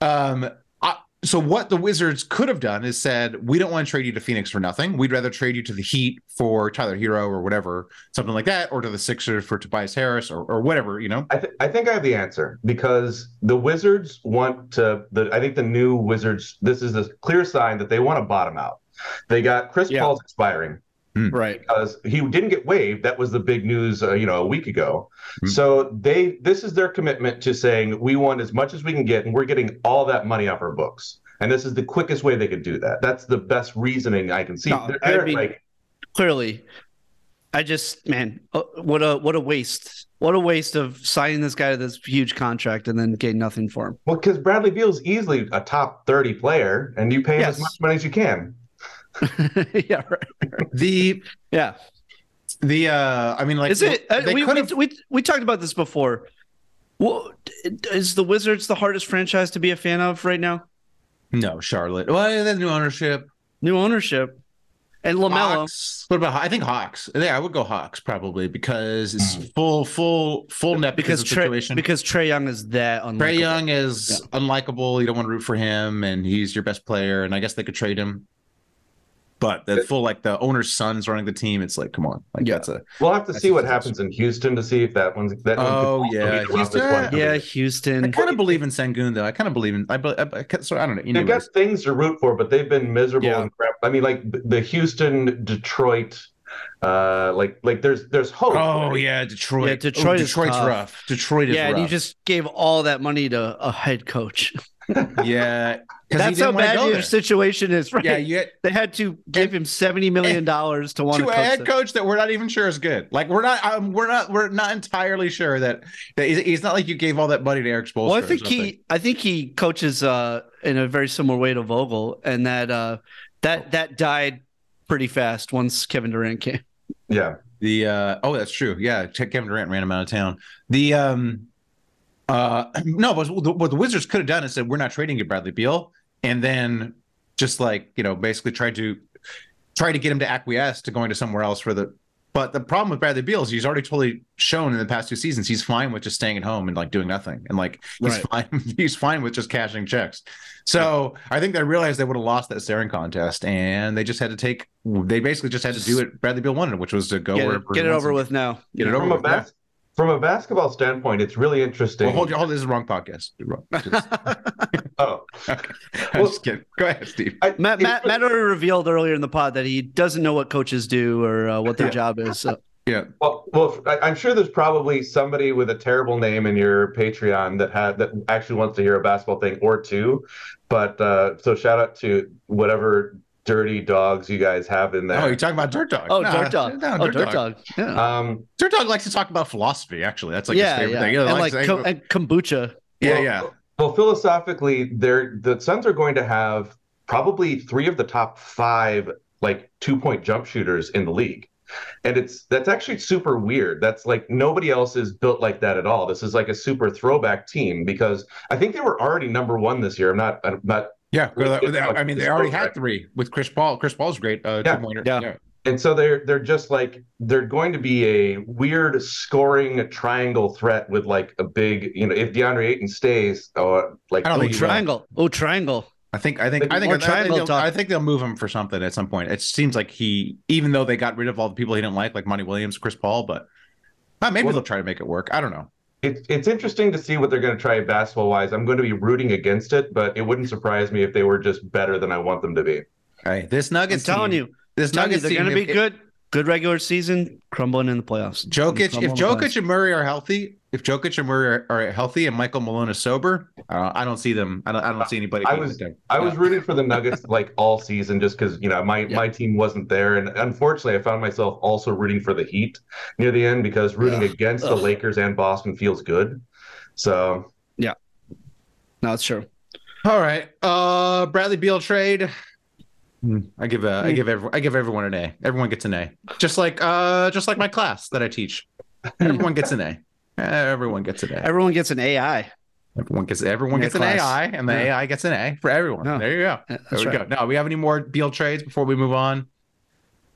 S7: um, I, so what the Wizards could have done is said, we don't want to trade you to Phoenix for nothing. We'd rather trade you to the Heat for Tyler Hero or whatever, something like that, or to the Sixers for Tobias Harris or, or whatever, you know.
S5: I, th- I think I have the answer because the Wizards want to. The, I think the new Wizards. This is a clear sign that they want to bottom out. They got Chris
S8: Yeah.
S5: Paul's expiring
S8: right.
S5: because he didn't get waived. That was the big news, uh, you know, a week ago.
S8: Mm-hmm.
S7: Hmm.
S5: So they this is their commitment to saying we want as much as we can get, and we're getting all that money off our books. And this is the quickest way they could do that. That's the best reasoning I can see.
S8: No,
S5: They're-
S8: I
S5: they're
S8: mean-
S5: like,
S8: Clearly, I just man, uh, what a what a waste! What a waste of signing this guy to this huge contract and then getting nothing for him.
S5: well, because Bradley Beal's easily a top thirty player, and you pay him as
S8: Yes.
S5: much money as you can.
S8: yeah, right.
S7: The
S8: yeah.
S7: The uh I mean like
S8: Is it? Uh,
S7: they
S8: we,
S7: could
S8: we,
S7: have-
S8: we we talked about this before. Well, is the Wizards the hardest franchise to be a fan of right now?
S7: No, Charlotte. Well, that's new ownership.
S8: New ownership and Lamelo.
S7: Hawks. What about Haw- I think Hawks. Yeah, I would go Hawks probably because it's
S8: Hmm.
S7: full full full
S8: because
S7: nepotism
S8: Trey,
S7: situation.
S8: because Trey Young is that unlikable.
S7: Trey Young is unlikable. You don't want to root for him and he's your best player and I guess they could trade him. But the full like the owner's son's running the team, it's like come on. Like
S8: Yeah.
S7: that's a
S5: We'll have to
S7: That's
S5: see what
S7: interesting.
S5: happens in Houston to see if that one's that. one could
S7: Oh,
S5: also
S7: yeah.
S5: be the roughest
S7: Houston-
S5: one.
S8: Yeah,
S7: I
S8: Houston.
S7: kind of believe in Sangoon though. I kind of believe in I, be- I, I so I don't know.
S5: They've got
S7: Anyways.
S5: things to root for, but they've been miserable
S8: Yeah.
S5: and crap. I mean, like th- the Houston, Detroit, uh, like like there's there's hope.
S7: Oh
S5: right?
S7: yeah, Detroit. Oh,
S8: Yeah, Detroit is
S7: Detroit's
S8: tough.
S7: rough. Detroit is
S8: Yeah,
S7: rough.
S8: and you just gave all that money to a head coach.
S7: yeah. 'cause he
S8: That's
S7: didn't
S8: how
S7: wanna
S8: bad
S7: go
S8: your
S7: there.
S8: situation is, right?
S7: Yeah, you had,
S8: they had to give him seventy million dollars to want
S7: to
S8: to
S7: a
S8: coach.
S7: head
S8: them.
S7: coach that we're not even sure is good. Like we're not, um, we're not, we're not entirely sure that, that he's, he's not like you gave all that money to Eric Spoelstra.
S8: Well, I
S7: or
S8: think
S7: something.
S8: he, I think he coaches uh, in a very similar way to Vogel, and that uh, that that died pretty fast once Kevin Durant came.
S5: yeah.
S7: the uh, oh that's true yeah Kevin Durant ran him out of town. The um uh no, but what the, what the Wizards could have done is said we're not trading you Bradley Beal, and then just like you know basically tried to try to get him to acquiesce to going to somewhere else for the. But the problem with Bradley Beal is he's already totally shown in the past two seasons he's fine with just staying at home and like doing nothing and like he's fine he's fine with just cashing checks. So I think they realized they would have lost that staring contest and they just had to take they basically just had to do what Bradley Beal wanted, which was to go
S8: Get it,
S7: wherever
S8: get
S7: he
S8: it
S7: wants
S8: over
S7: to-
S8: with now.
S7: Get it over
S5: From a
S7: with. yeah.
S5: bas- from a basketball standpoint, it's really interesting.
S7: Well, hold your hold this is the wrong podcast. Wrong. Just-
S5: oh,
S7: I'm just kidding. Go ahead, Steve.
S5: I-
S8: Matt,
S5: it's
S8: Matt, Matt already revealed earlier in the pod that he doesn't know what coaches do or uh, what their job is. So.
S7: Yeah.
S5: Well, well, I- I'm sure there's probably somebody with a terrible name in your Patreon that had that actually wants to hear a basketball thing or two. But uh, so shout out to whatever dirty dogs you guys have in
S7: Oh,
S5: there.
S7: you're talking about Dirt Dog.
S8: Oh,
S7: Nah,
S8: Dirt Dog.
S7: no,
S8: oh, Dirt Dog. Yeah.
S5: um,
S7: Dirt Dog likes to talk about philosophy. Actually, that's like
S8: yeah,
S7: his favorite
S8: yeah.
S7: thing. He
S8: and
S7: likes to-
S8: like co- and kombucha.
S7: yeah,
S5: Well,
S7: yeah.
S5: Well, philosophically, they're the Suns are going to have probably three of the top five like two point jump shooters in the league. And it's that's actually super weird. That's like nobody else is built like that at all. This is like a super throwback team because I think they were already number one this year. I'm not I'm not
S7: Yeah, well, that-
S5: It's
S7: that-
S5: like
S7: I mean, they
S5: this
S7: already
S5: program.
S7: had three with Chris Paul. Chris Paul's great. Uh,
S5: Yeah,
S7: two-pointer.
S8: yeah.
S5: and so they're they're just like they're going to be a weird scoring triangle threat with like a big, you know, if DeAndre Ayton stays or like
S7: I don't
S8: Oh,
S7: think he will.
S8: triangle. Oh, triangle.
S7: I think, I think, I think,
S8: Or
S7: I think,
S8: triangle
S7: they'll,
S8: talk.
S7: I think they'll move him for something at some point. It seems like he, even though they got rid of all the people he didn't like, like Monty Williams, Chris Paul, but uh, maybe
S5: Well-
S7: they'll try to make it work. I don't know.
S5: It, it's interesting to see what they're going to try basketball wise. I'm going to be rooting against it, but it wouldn't surprise me if they were just better than I want them to be.
S7: Hey, this
S8: I'm
S7: Nuggets
S8: telling
S7: team-
S8: you,
S7: this
S8: I'm telling you,
S7: Nuggets
S8: they're
S7: team,
S8: going to be
S7: if- if-
S8: good. Good regular season, crumbling in the playoffs.
S7: Jokic, if
S8: Crumbling in the playoffs.
S7: Jokic and Murray are healthy, if Jokic and Murray are, are healthy, and Michael Malone is sober, uh, I don't see them. I don't. I don't see anybody.
S5: I
S7: beating
S5: was-
S7: the team.
S5: I was
S7: Yeah.
S5: rooting for the Nuggets like all season just because you know my
S7: Yeah.
S5: my team wasn't there, and unfortunately, I found myself also rooting for the Heat near the end because rooting
S8: Ugh.
S5: against the
S8: Ugh.
S5: Lakers and Boston feels good. So
S8: No, it's true.
S7: All right. Uh Bradley Beal trade. I give a, I
S8: Hmm.
S7: give every, I give everyone an A. Everyone gets an A. Just like uh just like my class that I teach. Everyone gets an A. Everyone gets an A.
S8: Everyone gets an Uh, AI.
S7: Everyone gets everyone
S8: Yeah,
S7: gets an Oh.
S8: class.
S7: AI and the
S8: Yeah.
S7: AI gets an A for everyone.
S8: No.
S7: There you go.
S8: Yeah,
S7: There
S8: That's
S7: we
S8: right.
S7: go. Now we have any more Beal trades before we move on?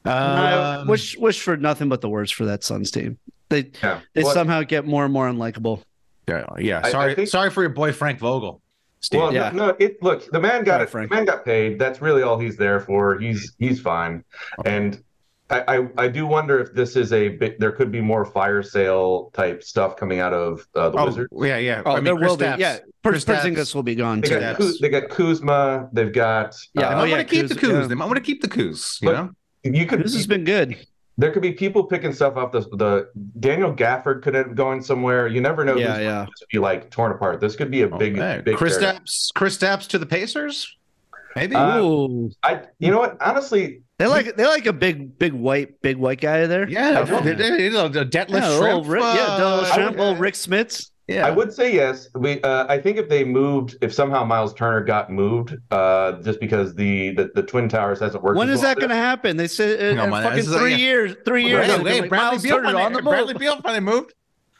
S8: I
S7: Um,
S8: Uh, wish wish for nothing but the worst for that Suns team. They
S5: yeah,
S8: they
S5: Well,
S8: somehow get more and more unlikable.
S7: yeah, yeah.
S5: I- I
S7: Sorry,
S5: think-
S7: sorry for your boy Frank Vogel. Steve.
S5: Well,
S8: Yeah.
S5: no, no, it look the man got
S8: Sorry,
S5: it.
S8: Frank.
S5: The man got paid. That's really all he's there for. He's he's fine, and I, I I do wonder if this is a bit. There could be more fire sale type stuff coming out of uh, the
S7: oh,
S5: Wizards.
S7: yeah, yeah.
S8: Oh,
S7: I mean,
S8: there will
S7: Kristaps.
S8: be. Yeah, Per-
S7: Kristaps.
S8: Porzingis will be gone
S5: They
S8: too.
S5: got,
S7: That's-
S5: Kuz, they got Kuzma. They've got
S8: Yeah,
S7: They
S5: uh,
S7: might
S8: Oh,
S7: want to keep the
S8: Kuz,
S7: coos.
S8: yeah.
S7: They might want to keep the coos. You
S5: But-
S7: know.
S5: you could.
S8: This has been good.
S5: there could be people picking stuff off the the Daniel Gafford could have gone somewhere. You never know.
S8: Yeah,
S5: who's
S8: yeah.
S5: Just be like torn apart. This could be
S8: Oh,
S5: a big,
S7: hey,
S5: big.
S7: Oh, Chris
S5: tear.
S7: Stapps, Chris Stapps to the Pacers, maybe.
S5: Uh,
S8: Ooh,
S5: I. You know what? Honestly,
S8: they like they like a big big white big white guy there.
S7: yeah,
S5: I don't-
S7: they- they- you know, the Detlef
S8: yeah, little
S7: Schrempf,
S8: Rick, yeah,
S7: uh,
S8: Donald Shrimp,
S5: would-
S8: little Rick Smits.
S7: yeah.
S5: I would say yes. We, uh, I think if they moved, if somehow Miles Turner got moved, uh, just because the, the the Twin Towers hasn't worked.
S8: When
S5: as
S8: is
S5: well
S8: that going to happen? They said in
S7: on, man,
S8: fucking
S7: this is like-
S8: three years, three years.
S7: Hey,
S8: it'll be
S7: hey,
S8: like
S7: Bradley
S8: Miles
S7: Beal
S8: Turner on
S7: finally-
S8: the move.
S7: Bradley Beal finally moved.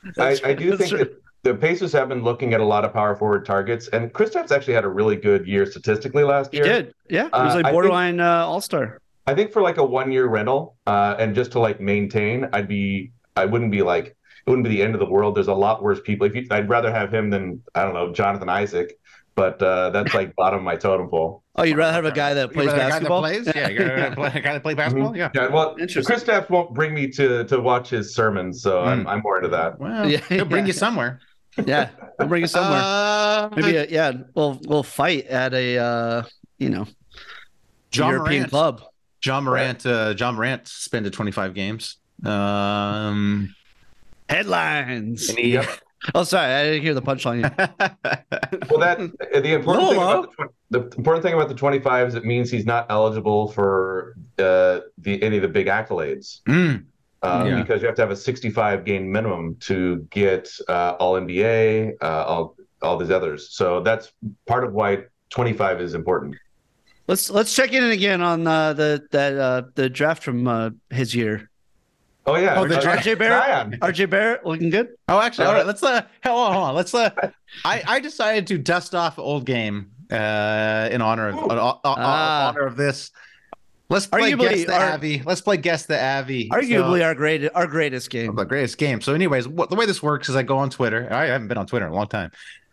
S5: I,
S8: That's
S5: I do
S8: right,
S5: think
S8: that's
S5: that the Pacers have been looking at a lot of power forward targets, and Kristaps actually had a really good year statistically last
S8: He
S5: year.
S8: did. Yeah, he
S5: Uh,
S8: was
S5: I
S8: like
S5: think-
S8: borderline uh, all star.
S5: I think for like a one year rental, uh, and just to like maintain, I'd be, I wouldn't be like, it wouldn't be the end of the world. There's a lot worse people. If you, I'd rather have him than I don't know Jonathan Isaac, but uh, that's like bottom of my totem pole.
S8: Oh, you'd rather have a guy that plays
S7: You know, the guy that
S8: basketball? Mm-hmm.
S7: plays? Yeah, you know, the guy that play basketball.
S5: Mhm.
S7: Yeah.
S5: well,
S8: Interesting.
S5: Kristaps won't bring me to to watch his sermons, so I'm I'm more into that.
S7: Well,
S8: Yeah,
S7: he'll bring
S8: yeah.
S7: you somewhere.
S8: yeah, we'll bring you somewhere.
S7: Uh,
S8: Maybe a, yeah, we'll we'll fight at a uh, you know
S7: John
S8: European
S7: Morant.
S8: club.
S7: John Morant. Uh, John Morant suspended 25 games. Um,
S8: Headlines.
S7: and he-
S5: Yep.
S8: Oh, sorry, I didn't hear the punchline. yet.
S5: Well, that uh, the important thing
S8: Lolo.
S5: about the, twen- the important thing about the 25 is it means he's not eligible for uh, the any of the big accolades.
S7: Mm,
S5: um,
S7: Yeah.
S5: because you have to have a 65 game minimum to get uh, all NBA, uh, all all these others. So that's part of why 25 is important.
S8: let's let's check in again on uh, the that uh, the draft from uh, his year.
S5: Oh yeah,
S7: Oh, the
S5: Uh,
S7: draft-
S8: RJ Barrett,
S5: Zion.
S8: RJ Barrett looking good.
S7: Oh, actually, all
S5: Uh,
S7: right. Let's uh, hold on. Hold on. Let's uh, I I decided to dust off old game uh in honor of
S5: Ooh.
S7: uh, uh, uh,
S8: Ah.
S7: honor of this. Let's play
S8: Arguably,
S7: guess the
S8: our-
S7: Abbey. Let's play guess the Abbey.
S8: Arguably our great our greatest game.
S7: the greatest game. So, anyways, what the way this works is I go on Twitter. I haven't been on Twitter in a long time,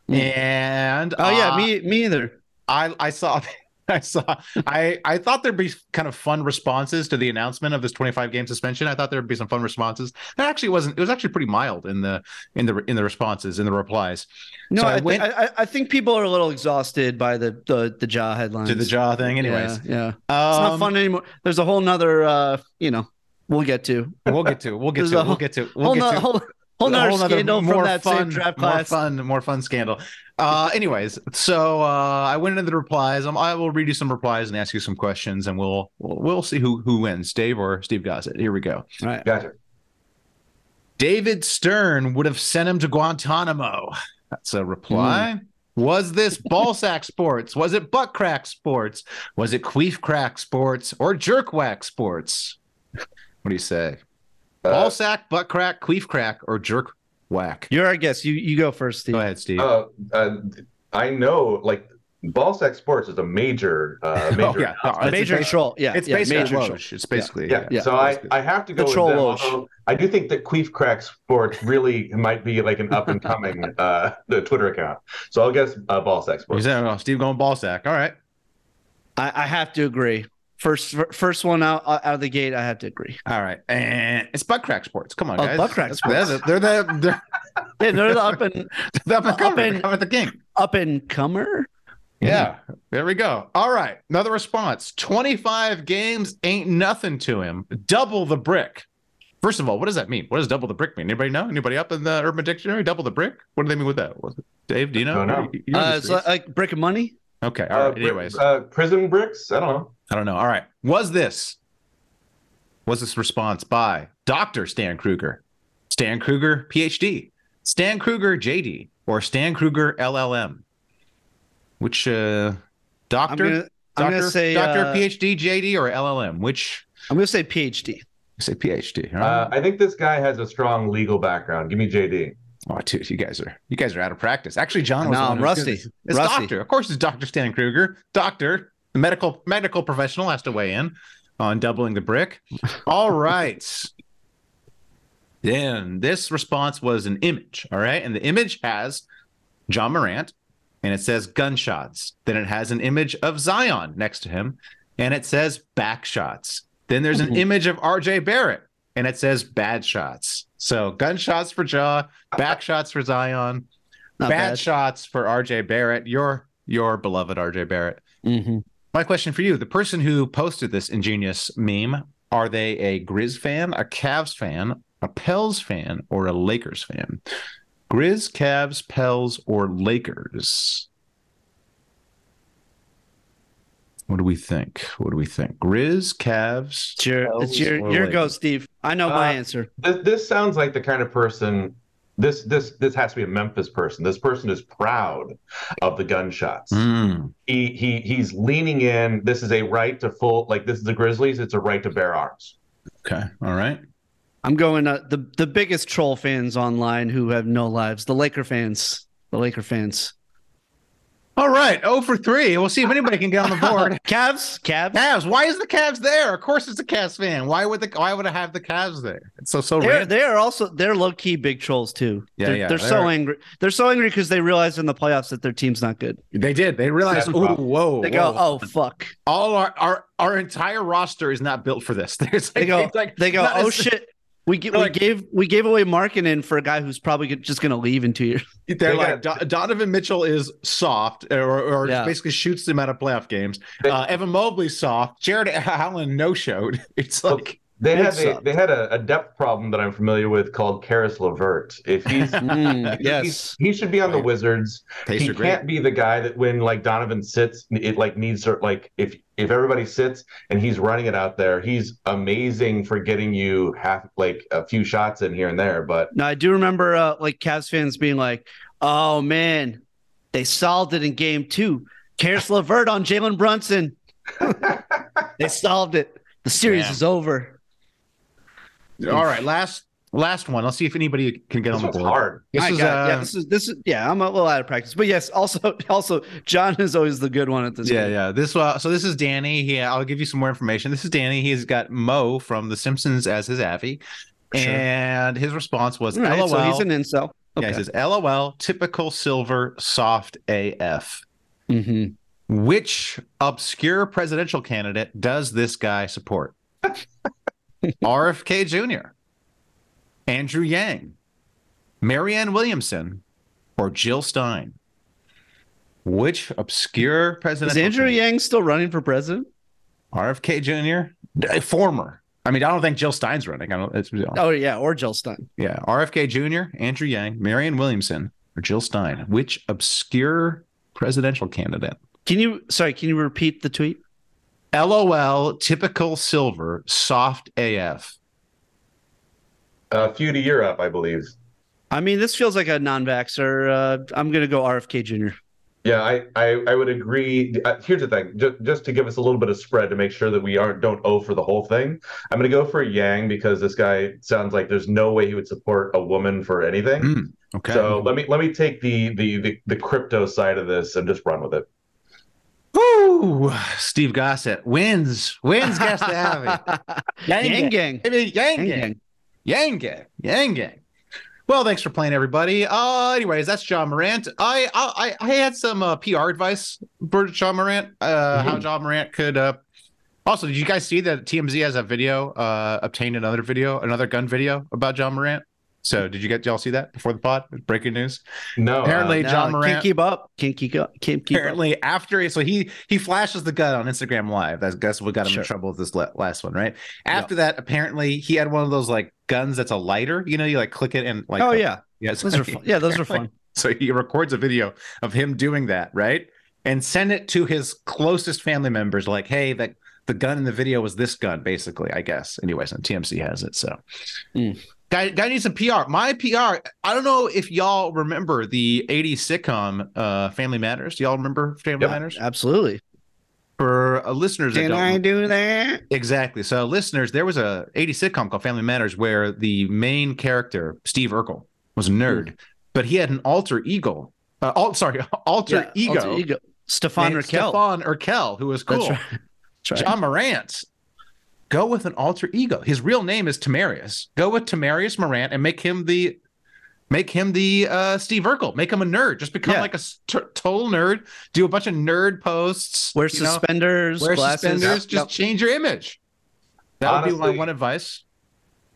S7: and
S8: Hmm. Oh yeah,
S7: uh,
S8: me me either.
S7: I I saw I saw. I I thought there'd be kind of fun responses to the announcement of this 25 game suspension. I thought there'd be some fun responses. That actually wasn't. It was actually pretty mild in the in the in the responses in the replies.
S8: No,
S7: So
S8: I,
S7: I
S8: think
S7: went-
S8: I, I- I think people are a little exhausted by the the, the jaw headlines.
S7: To the jaw thing, anyways.
S8: Yeah, yeah. It's
S7: Um,
S8: not fun anymore. There's a whole nother, uh, you know, we'll get to
S7: We'll get to. it. We'll get
S8: There's
S7: to.
S8: a
S7: it. We'll get to. it. We'll
S8: whole
S7: get
S8: nother
S7: to.
S8: whole, whole
S7: a
S8: nother
S7: whole nother
S8: scandal
S7: more
S8: from that same draft class.
S7: More fun, more fun scandal. Uh, anyways, so uh, I went into the replies. Um, I will read you some replies and ask you some questions, and we'll we'll, we'll see who who wins, Dave or Steve Gossett. Here we go.
S5: Gotcha. Uh,
S7: David Stern would have sent him to Guantanamo. That's a reply.
S8: Hmm.
S7: Was this ball sack sports? Was it butt crack sports? Was it queef crack sports or jerk whack sports? What do you say?
S8: Uh,
S7: ball sack, butt crack, queef crack, or jerk whack?
S8: You're our guest. You you go first, Steve.
S7: Go ahead, Steve.
S5: Uh, uh, I know, like, ball sack sports is a major, uh, major.
S7: oh, yeah. Oh, it's
S8: Major
S7: basi-
S8: troll. Yeah,
S7: It's
S8: yeah,
S7: basically
S8: major troll.
S7: Loge. It's basically
S5: Yeah.
S8: Yeah.
S5: So I, I have to go with
S8: Patrol
S5: them.
S8: Loge.
S5: although I do think that Queef Crack Sports really might be like an up and coming uh, the Twitter account. So I'll guess uh, ball sack
S7: He's
S5: sports.
S7: saying, oh, Steve going ball sack. All right.
S8: I, I have to agree. First fir- first one out out of the gate. I have to agree.
S7: All right. And it's butt crack sports. Come on,
S8: Oh,
S7: guys.
S8: butt crack
S7: That's- They're the, they're,
S8: Yeah, they're the up and
S7: they're the,
S8: Up in-
S7: they're the king.
S8: up and comer.
S7: Yeah, there we go. All right, another response. 25 games ain't nothing to him. Double the brick. First of all, what does that mean? What does double the brick mean? Anybody know? Anybody up in the Urban Dictionary? Double the brick? What do they mean with that? Was it- Dave, do you know?
S5: Don't know.
S7: You- you know
S8: Uh,
S7: this
S8: it's
S7: is-
S8: like, like brick of money.
S7: okay, all
S5: Uh,
S7: right.
S5: bri-
S7: Anyways,
S5: uh, prison bricks. I don't know.
S7: I don't know. All right, was this was this response by Doctor Stan Kruger, Stan Kruger, PhD, Stan Kruger, JD, or Stan Kruger, LLM? Which uh,
S8: I'm
S7: doctor?
S8: gonna I'm gonna say
S7: Doctor,
S8: uh,
S7: PhD, JD, or LLM? Which
S8: I'm gonna say PhD.
S7: I say PhD? Huh?
S5: Uh, I think this guy has a strong legal background. Give me JD.
S7: oh, dude, you guys are you guys are out of practice. Actually, John was.
S8: No,
S7: the one
S8: I'm
S7: who was
S8: rusty.
S7: good at this. It's
S8: Rusty.
S7: doctor. Of course, it's Doctor Stan Kruger. Doctor, the medical medical professional has to weigh in on doubling the brick. All right. Then this response was an image. All right, and the image has John Morant, and it says gunshots. Then it has an image of Zion next to him, and it says back shots. Then there's an image of RJ Barrett, and it says bad shots. So gunshots for Jaw, back shots for Zion,
S8: Not
S7: bad,
S8: bad.
S7: shots for RJ Barrett, your your beloved RJ Barrett.
S8: Mm-hmm.
S7: My question for you: the person who posted this ingenious meme, are they a Grizz fan, a Cavs fan, a Pels fan, or a Lakers fan? Grizz, Cavs, Pels, or Lakers? What do we think? What do we think? Grizz, Cavs.
S8: It's your it's your
S7: Or
S8: your
S7: Lakers.
S8: go, Steve. I know my
S5: Uh,
S8: answer.
S5: This, this sounds like the kind of person. This this this has to be a Memphis person. This person is proud of the gunshots.
S7: Hmm.
S5: He he he's leaning in. This is a right to full like this is the Grizzlies. It's a right to bear arms.
S7: okay. All right.
S8: I'm going uh, the the biggest troll fans online who have no lives. The Laker fans. The Laker fans.
S7: All right. Oh for three. We'll see if anybody can get on the board.
S8: Cavs. Cavs.
S7: Cavs. Why is the Cavs there? Of course, it's a Cavs fan. Why would the Why would I have the Cavs there? It's so so
S8: They're,
S7: random.
S8: they are also they're low key big trolls too.
S7: Yeah,
S8: they're,
S7: yeah,
S8: they're so
S7: they're-
S8: angry. They're so angry because they realize in the playoffs that their team's not good.
S7: They did. They realized.
S5: That's
S7: Ooh,
S5: rough.
S7: whoa.
S8: They go,
S7: whoa.
S8: oh fuck.
S7: all our our our entire roster is not built for this. There's like,
S8: They go,
S7: it's like
S8: they go,
S7: not
S8: oh
S7: a-
S8: shit. We get,
S7: They're
S8: we
S7: like-
S8: gave we gave away Markkinen for a guy who's probably go- just gonna leave in two years.
S7: They're
S5: They
S7: like Do- Donovan Mitchell is soft, or, or
S8: Yeah.
S7: basically shoots them out of playoff games.
S5: They-
S7: Uh, Evan Mobley's soft. Jared Allen no showed. It's
S5: Well,
S7: like
S5: They
S7: It
S5: had a,
S7: sucked.
S5: they had a, a depth problem that I'm familiar with called Karis Levert. If he's
S8: Mm,
S5: if
S8: yes.
S5: he's- he should be on the
S7: Right.
S5: Wizards.
S7: taste
S5: he
S7: are great.
S5: can't be the guy that when like Donovan sits, it like needs to like if if everybody sits and he's running it out there, he's amazing for getting you half like a few shots in here and there. But
S8: Now I do remember uh, like Cavs fans being like, "Oh man, they solved it in Game Two. Karis LeVert on Jalen Brunson. they solved it. The series
S7: Yeah.
S8: is over."
S7: All right, last last one. I'll see if anybody can get
S5: this
S7: on the
S5: one's
S7: board.
S5: hard.
S7: This
S8: I
S7: is
S8: got it. yeah,
S7: uh,
S8: this is this is yeah. I'm a little out of practice, but yes. Also, also, John is always the good one at this.
S7: yeah,
S8: game.
S7: yeah. This uh, so this is Danny. Yeah, I'll give you some more information. This is Danny. He's got Mo from The Simpsons as his Abby, and his response was
S8: All right,
S7: "LOL."
S8: so he's an incel.
S7: Yeah, he says "LOL." Typical silver soft AF.
S8: Mhm.
S7: Which obscure presidential candidate does this guy support? RFK Jr., Andrew Yang, Marianne Williamson, or Jill Stein? Which obscure
S8: Is
S7: presidential
S8: Andrew
S7: candidate?
S8: Yang still running for president?
S7: RFK Jr., A former. I mean, I don't think Jill Stein's running. I don't. It's,
S8: Oh yeah, or Jill Stein.
S7: Yeah, RFK Jr., Andrew Yang, Marianne Williamson, or Jill Stein. Which obscure presidential candidate?
S8: Can you sorry? Can you repeat the tweet?
S7: LOL, typical silver, soft AF.
S5: Uh, few to Europe, I believe.
S8: I mean, this feels like a non-vaxxer. Uh, I'm gonna go RFK Jr.
S5: Yeah, I, I, I would agree. Uh, here's the thing, just, just to give us a little bit of spread to make sure that we aren't don't O for the whole thing. I'm going to go for Yang because this guy sounds like there's no way he would support a woman for anything.
S7: Mm, Okay.
S5: So let me let me take the, the the the crypto side of this and just run with it.
S7: Woo! Steve Gossett wins. Wins guest to have it.
S8: Yang gang.
S7: I mean, Yang
S8: Yang
S7: gang.
S8: gang.
S7: Yang gang. Yang gang. Well, thanks for playing, everybody. Uh, anyways, that's John Morant. I I I I had some uh, PR advice for John Morant. Uh, how John Morant could. Uh, also, did you guys see that TMZ has a video? Uh, obtained another video, another gun video about John Morant. So, did you get y'all see that before the pod? Breaking news.
S5: No, uh,
S7: Apparently,
S8: No,
S7: John Morant.
S8: can't keep up. Can't keep up. Can't keep up.
S7: apparently after so he he flashes the gun on Instagram Live. That's that's what got him
S8: Sure.
S7: in trouble with this la- last one, right? After that, apparently he had one of those like guns that's a lighter. You know, you like click it and like
S8: oh yeah,
S7: yeah.
S8: those are fun. yeah, those are fun.
S7: So he records a video of him doing that, right? And send it to his closest family members, like, hey, that the gun in the video was this gun, basically, I guess. Anyways, and TMC has it. So
S8: Mm.
S7: guy guy needs some PR. My PR, I don't know if y'all remember the 80s sitcom uh Family Matters. Do y'all remember Family
S5: Yep.
S7: Matters?
S8: Absolutely.
S7: For uh, listeners that
S8: Can
S7: don't
S8: I do that?
S7: Exactly. So, listeners, there was a 80 sitcom called Family Matters where the main character, Steve Urkel, was a
S8: Hmm.
S7: nerd, but he had an alter ego. Uh, alt, sorry, alter
S8: Yeah,
S7: ego.
S8: alter ego. Stefan Raquel.
S7: Stefan Urkel, who was cool.
S8: That's right. That's right.
S7: John Morant. Go with an alter ego. His real name is Tamarius. Go with Tamarius Morant and make him the make him the uh Steve Urkel. Make him a nerd. Just become
S8: Yeah.
S7: like a s- t- total nerd. Do a bunch of nerd posts.
S8: Wear
S7: you know?
S8: suspenders,
S7: wear
S8: glasses.
S7: suspenders. Just change your image. That would be my
S5: Honestly-
S7: one advice.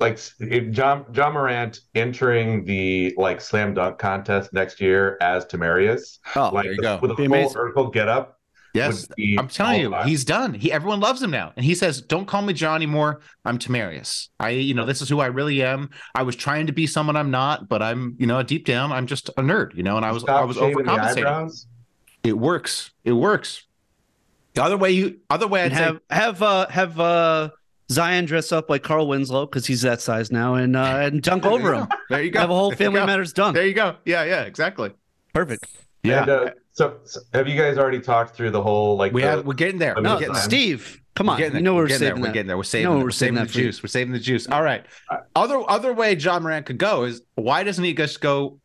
S5: like if John John Morant entering the like slam dunk contest next year as Tamarius,
S8: Oh,
S5: like
S7: there you go.
S5: with a
S8: Be
S5: full
S8: amazing.
S5: Urkel getup. would be
S7: I'm telling you,
S5: all time.
S7: he's done. He everyone loves him now, and he says, "Don't call me John anymore. I'm Tamarius. I, you know, this is who I really am. I was trying to be someone I'm not, but I'm, you know, deep down, I'm just a nerd. You know, and I was,
S5: Stop
S7: I was
S5: shaving the
S7: overcompensating.
S5: eyebrows.
S7: It works. It works. The other way, you other way, I'd
S8: and have have uh, have uh, Zion dress up like Carl Winslow because he's that size now, and uh, and dunk
S7: say,
S8: over him.
S7: There you go.
S8: Have a whole
S7: There you
S8: Family
S7: go.
S8: Matters dunk.
S7: There you go. Yeah, yeah, exactly.
S8: Perfect.
S7: Yeah,
S5: And, uh, so, so have you guys already talked through the whole like
S7: we
S5: the-
S7: have. We're getting there.
S5: I mean,
S7: We're
S8: No,
S7: getting there.
S8: Steve, come
S7: We're
S8: on.
S7: getting
S8: You
S7: there.
S8: know
S7: We're
S8: we're
S7: getting
S8: saving
S7: there. We're
S8: that.
S7: getting there. We're saving.
S8: know
S7: it.
S8: we're
S7: We're
S8: saving
S7: saving the
S8: that for you.
S7: juice. We're saving the juice. All right. Other other way John Morant could go is why doesn't he just go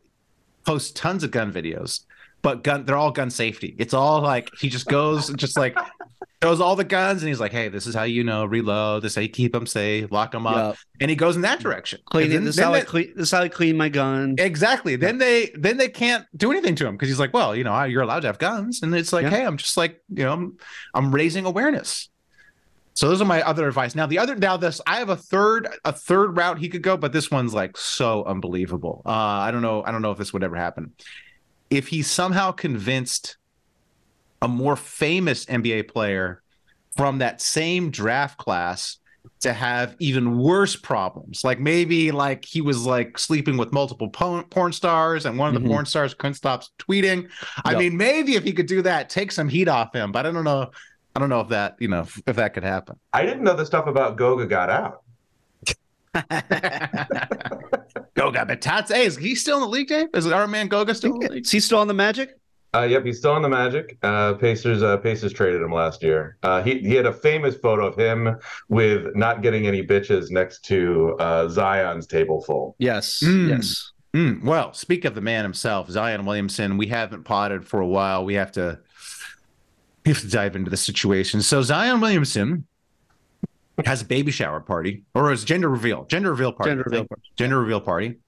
S7: post tons of gun videos? But gun, they're all gun safety. It's all like he just goes, and just like shows all the guns, and he's like, "Hey, this is how you know reload. This is how you keep them safe, lock them up." And he goes in that direction.
S8: Clean
S7: And
S8: it.
S7: then-
S8: This is
S7: then
S8: how I
S7: they-
S8: clean. This is how I clean my gun.
S7: Exactly. Then they then they can't do anything to him because he's like, well, you know, I- you're allowed to have guns, and it's like,
S8: Yeah.
S7: hey, I'm just like, you know, I'm, I'm raising awareness. So those are my other advice. Now the other now this I have a third a third route he could go, but this one's like so unbelievable. Uh, I don't know I don't know if this would ever happen. If he somehow convinced a more famous NBA player from that same draft class to have even worse problems. Like maybe like he was like sleeping with multiple porn, porn stars and one of the
S8: Mhm.
S7: porn stars couldn't stop tweeting. I
S8: Yep.
S7: mean, maybe if he could do that, take some heat off him, but I don't know. I don't know if that, you know, if that could happen.
S5: I didn't know the stuff about Goga got out.
S7: Goga Batats. Hey, is he still in the league, Dave? Is our man Goga still in the league?
S8: Is he still on the Magic?
S5: Uh, yep, he's still on the Magic. Uh, Pacers uh, Pacers traded him last year. Uh, he he had a famous photo of him with not getting any bitches next to uh, Zion's table full.
S8: Yes.
S7: Mm.
S8: Yes.
S7: Mm, well, speak of the man himself, Zion Williamson. We haven't potted for a while. We have to we have to dive into the situation. So Zion Williamson has a baby shower party, or is gender reveal, gender reveal party, I
S8: Gender reveal
S7: think. gender reveal party.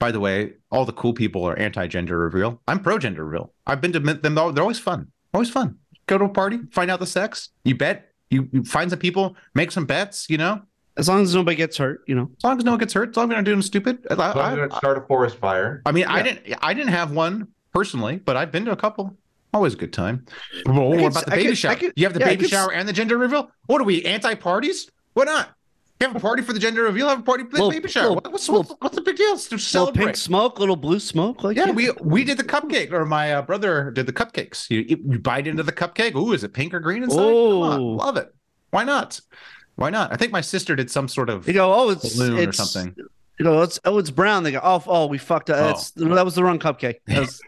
S7: By the way, all the cool people are anti-gender reveal. I'm pro-gender reveal. I've been to them; they're always fun, always fun. Go to a party, find out the sex. You bet. You, you find some people, make some bets. You know,
S8: As long as nobody gets hurt, you know.
S7: as long as no one gets hurt, as long as we're not doing stupid. I,
S5: So I'm
S7: I,
S5: going to start a forest fire.
S7: I mean, I didn't, I didn't have one personally, but I've been to a couple. Always a good time. Well,
S8: I
S7: what
S8: could-
S7: about the
S8: I
S7: baby
S8: could-
S7: shower?
S8: I could-
S7: you have the
S8: yeah, I
S7: baby
S8: could s-
S7: shower and the gender reveal. What are we anti-parties? Why not? Have a party for the gender reveal. Have a party for the
S8: Little-
S7: baby shower.
S8: little-
S7: What- what's, what's, what's the big deal? Just celebrate.
S8: Little pink smoke, little blue smoke. Like
S7: Yeah, we we did the cupcake, or my uh, brother did the cupcakes. You you bite into the cupcake. Ooh, is it pink or green inside? Come on,
S8: Oh.
S7: love it. Why not? Why not? I think my sister did some sort of
S8: You go, oh, it's
S7: balloon
S8: it's
S7: or something.
S8: You go, it's oh, it's brown. They go, oh, oh, we fucked up.
S7: Oh.
S8: That's that was the wrong cupcake. That was-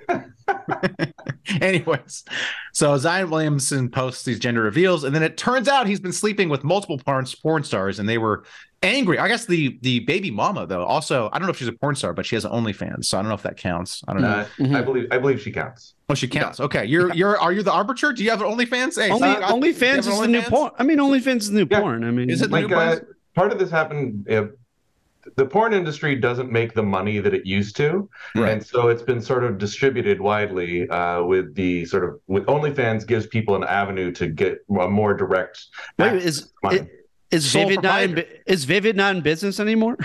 S7: Anyways, so Zion Williamson posts these gender reveals, and then it turns out he's been sleeping with multiple porn, porn stars, and they were angry. I guess the the baby mama though also I don't know if she's a porn star, but she has OnlyFans, so I don't know if that counts. I don't
S8: Mm.
S7: know.
S5: Uh,
S8: Mhm.
S5: I believe I believe she counts.
S7: oh, she counts. Okay, you're you're are you the arbiter? Do you have an OnlyFans? Hey,
S8: only
S7: Zion, I-
S8: OnlyFans
S7: you have
S8: is
S7: an
S8: the new
S7: OnlyFans?
S8: porn. I mean, OnlyFans is the new
S5: Yeah.
S8: porn. I mean,
S7: Is it the
S5: Like
S7: new
S5: uh,
S7: porn?
S5: part of this happened. Uh, the porn industry doesn't make the money that it used to,
S7: Right.
S5: and so it's been sort of distributed widely. Uh, with the sort of with OnlyFans gives people an avenue to get a more direct.
S8: Wait,
S5: access
S8: is-
S5: to money.
S8: it- is
S7: Sole
S8: Vivid not in, bu- is Vivid not in business anymore?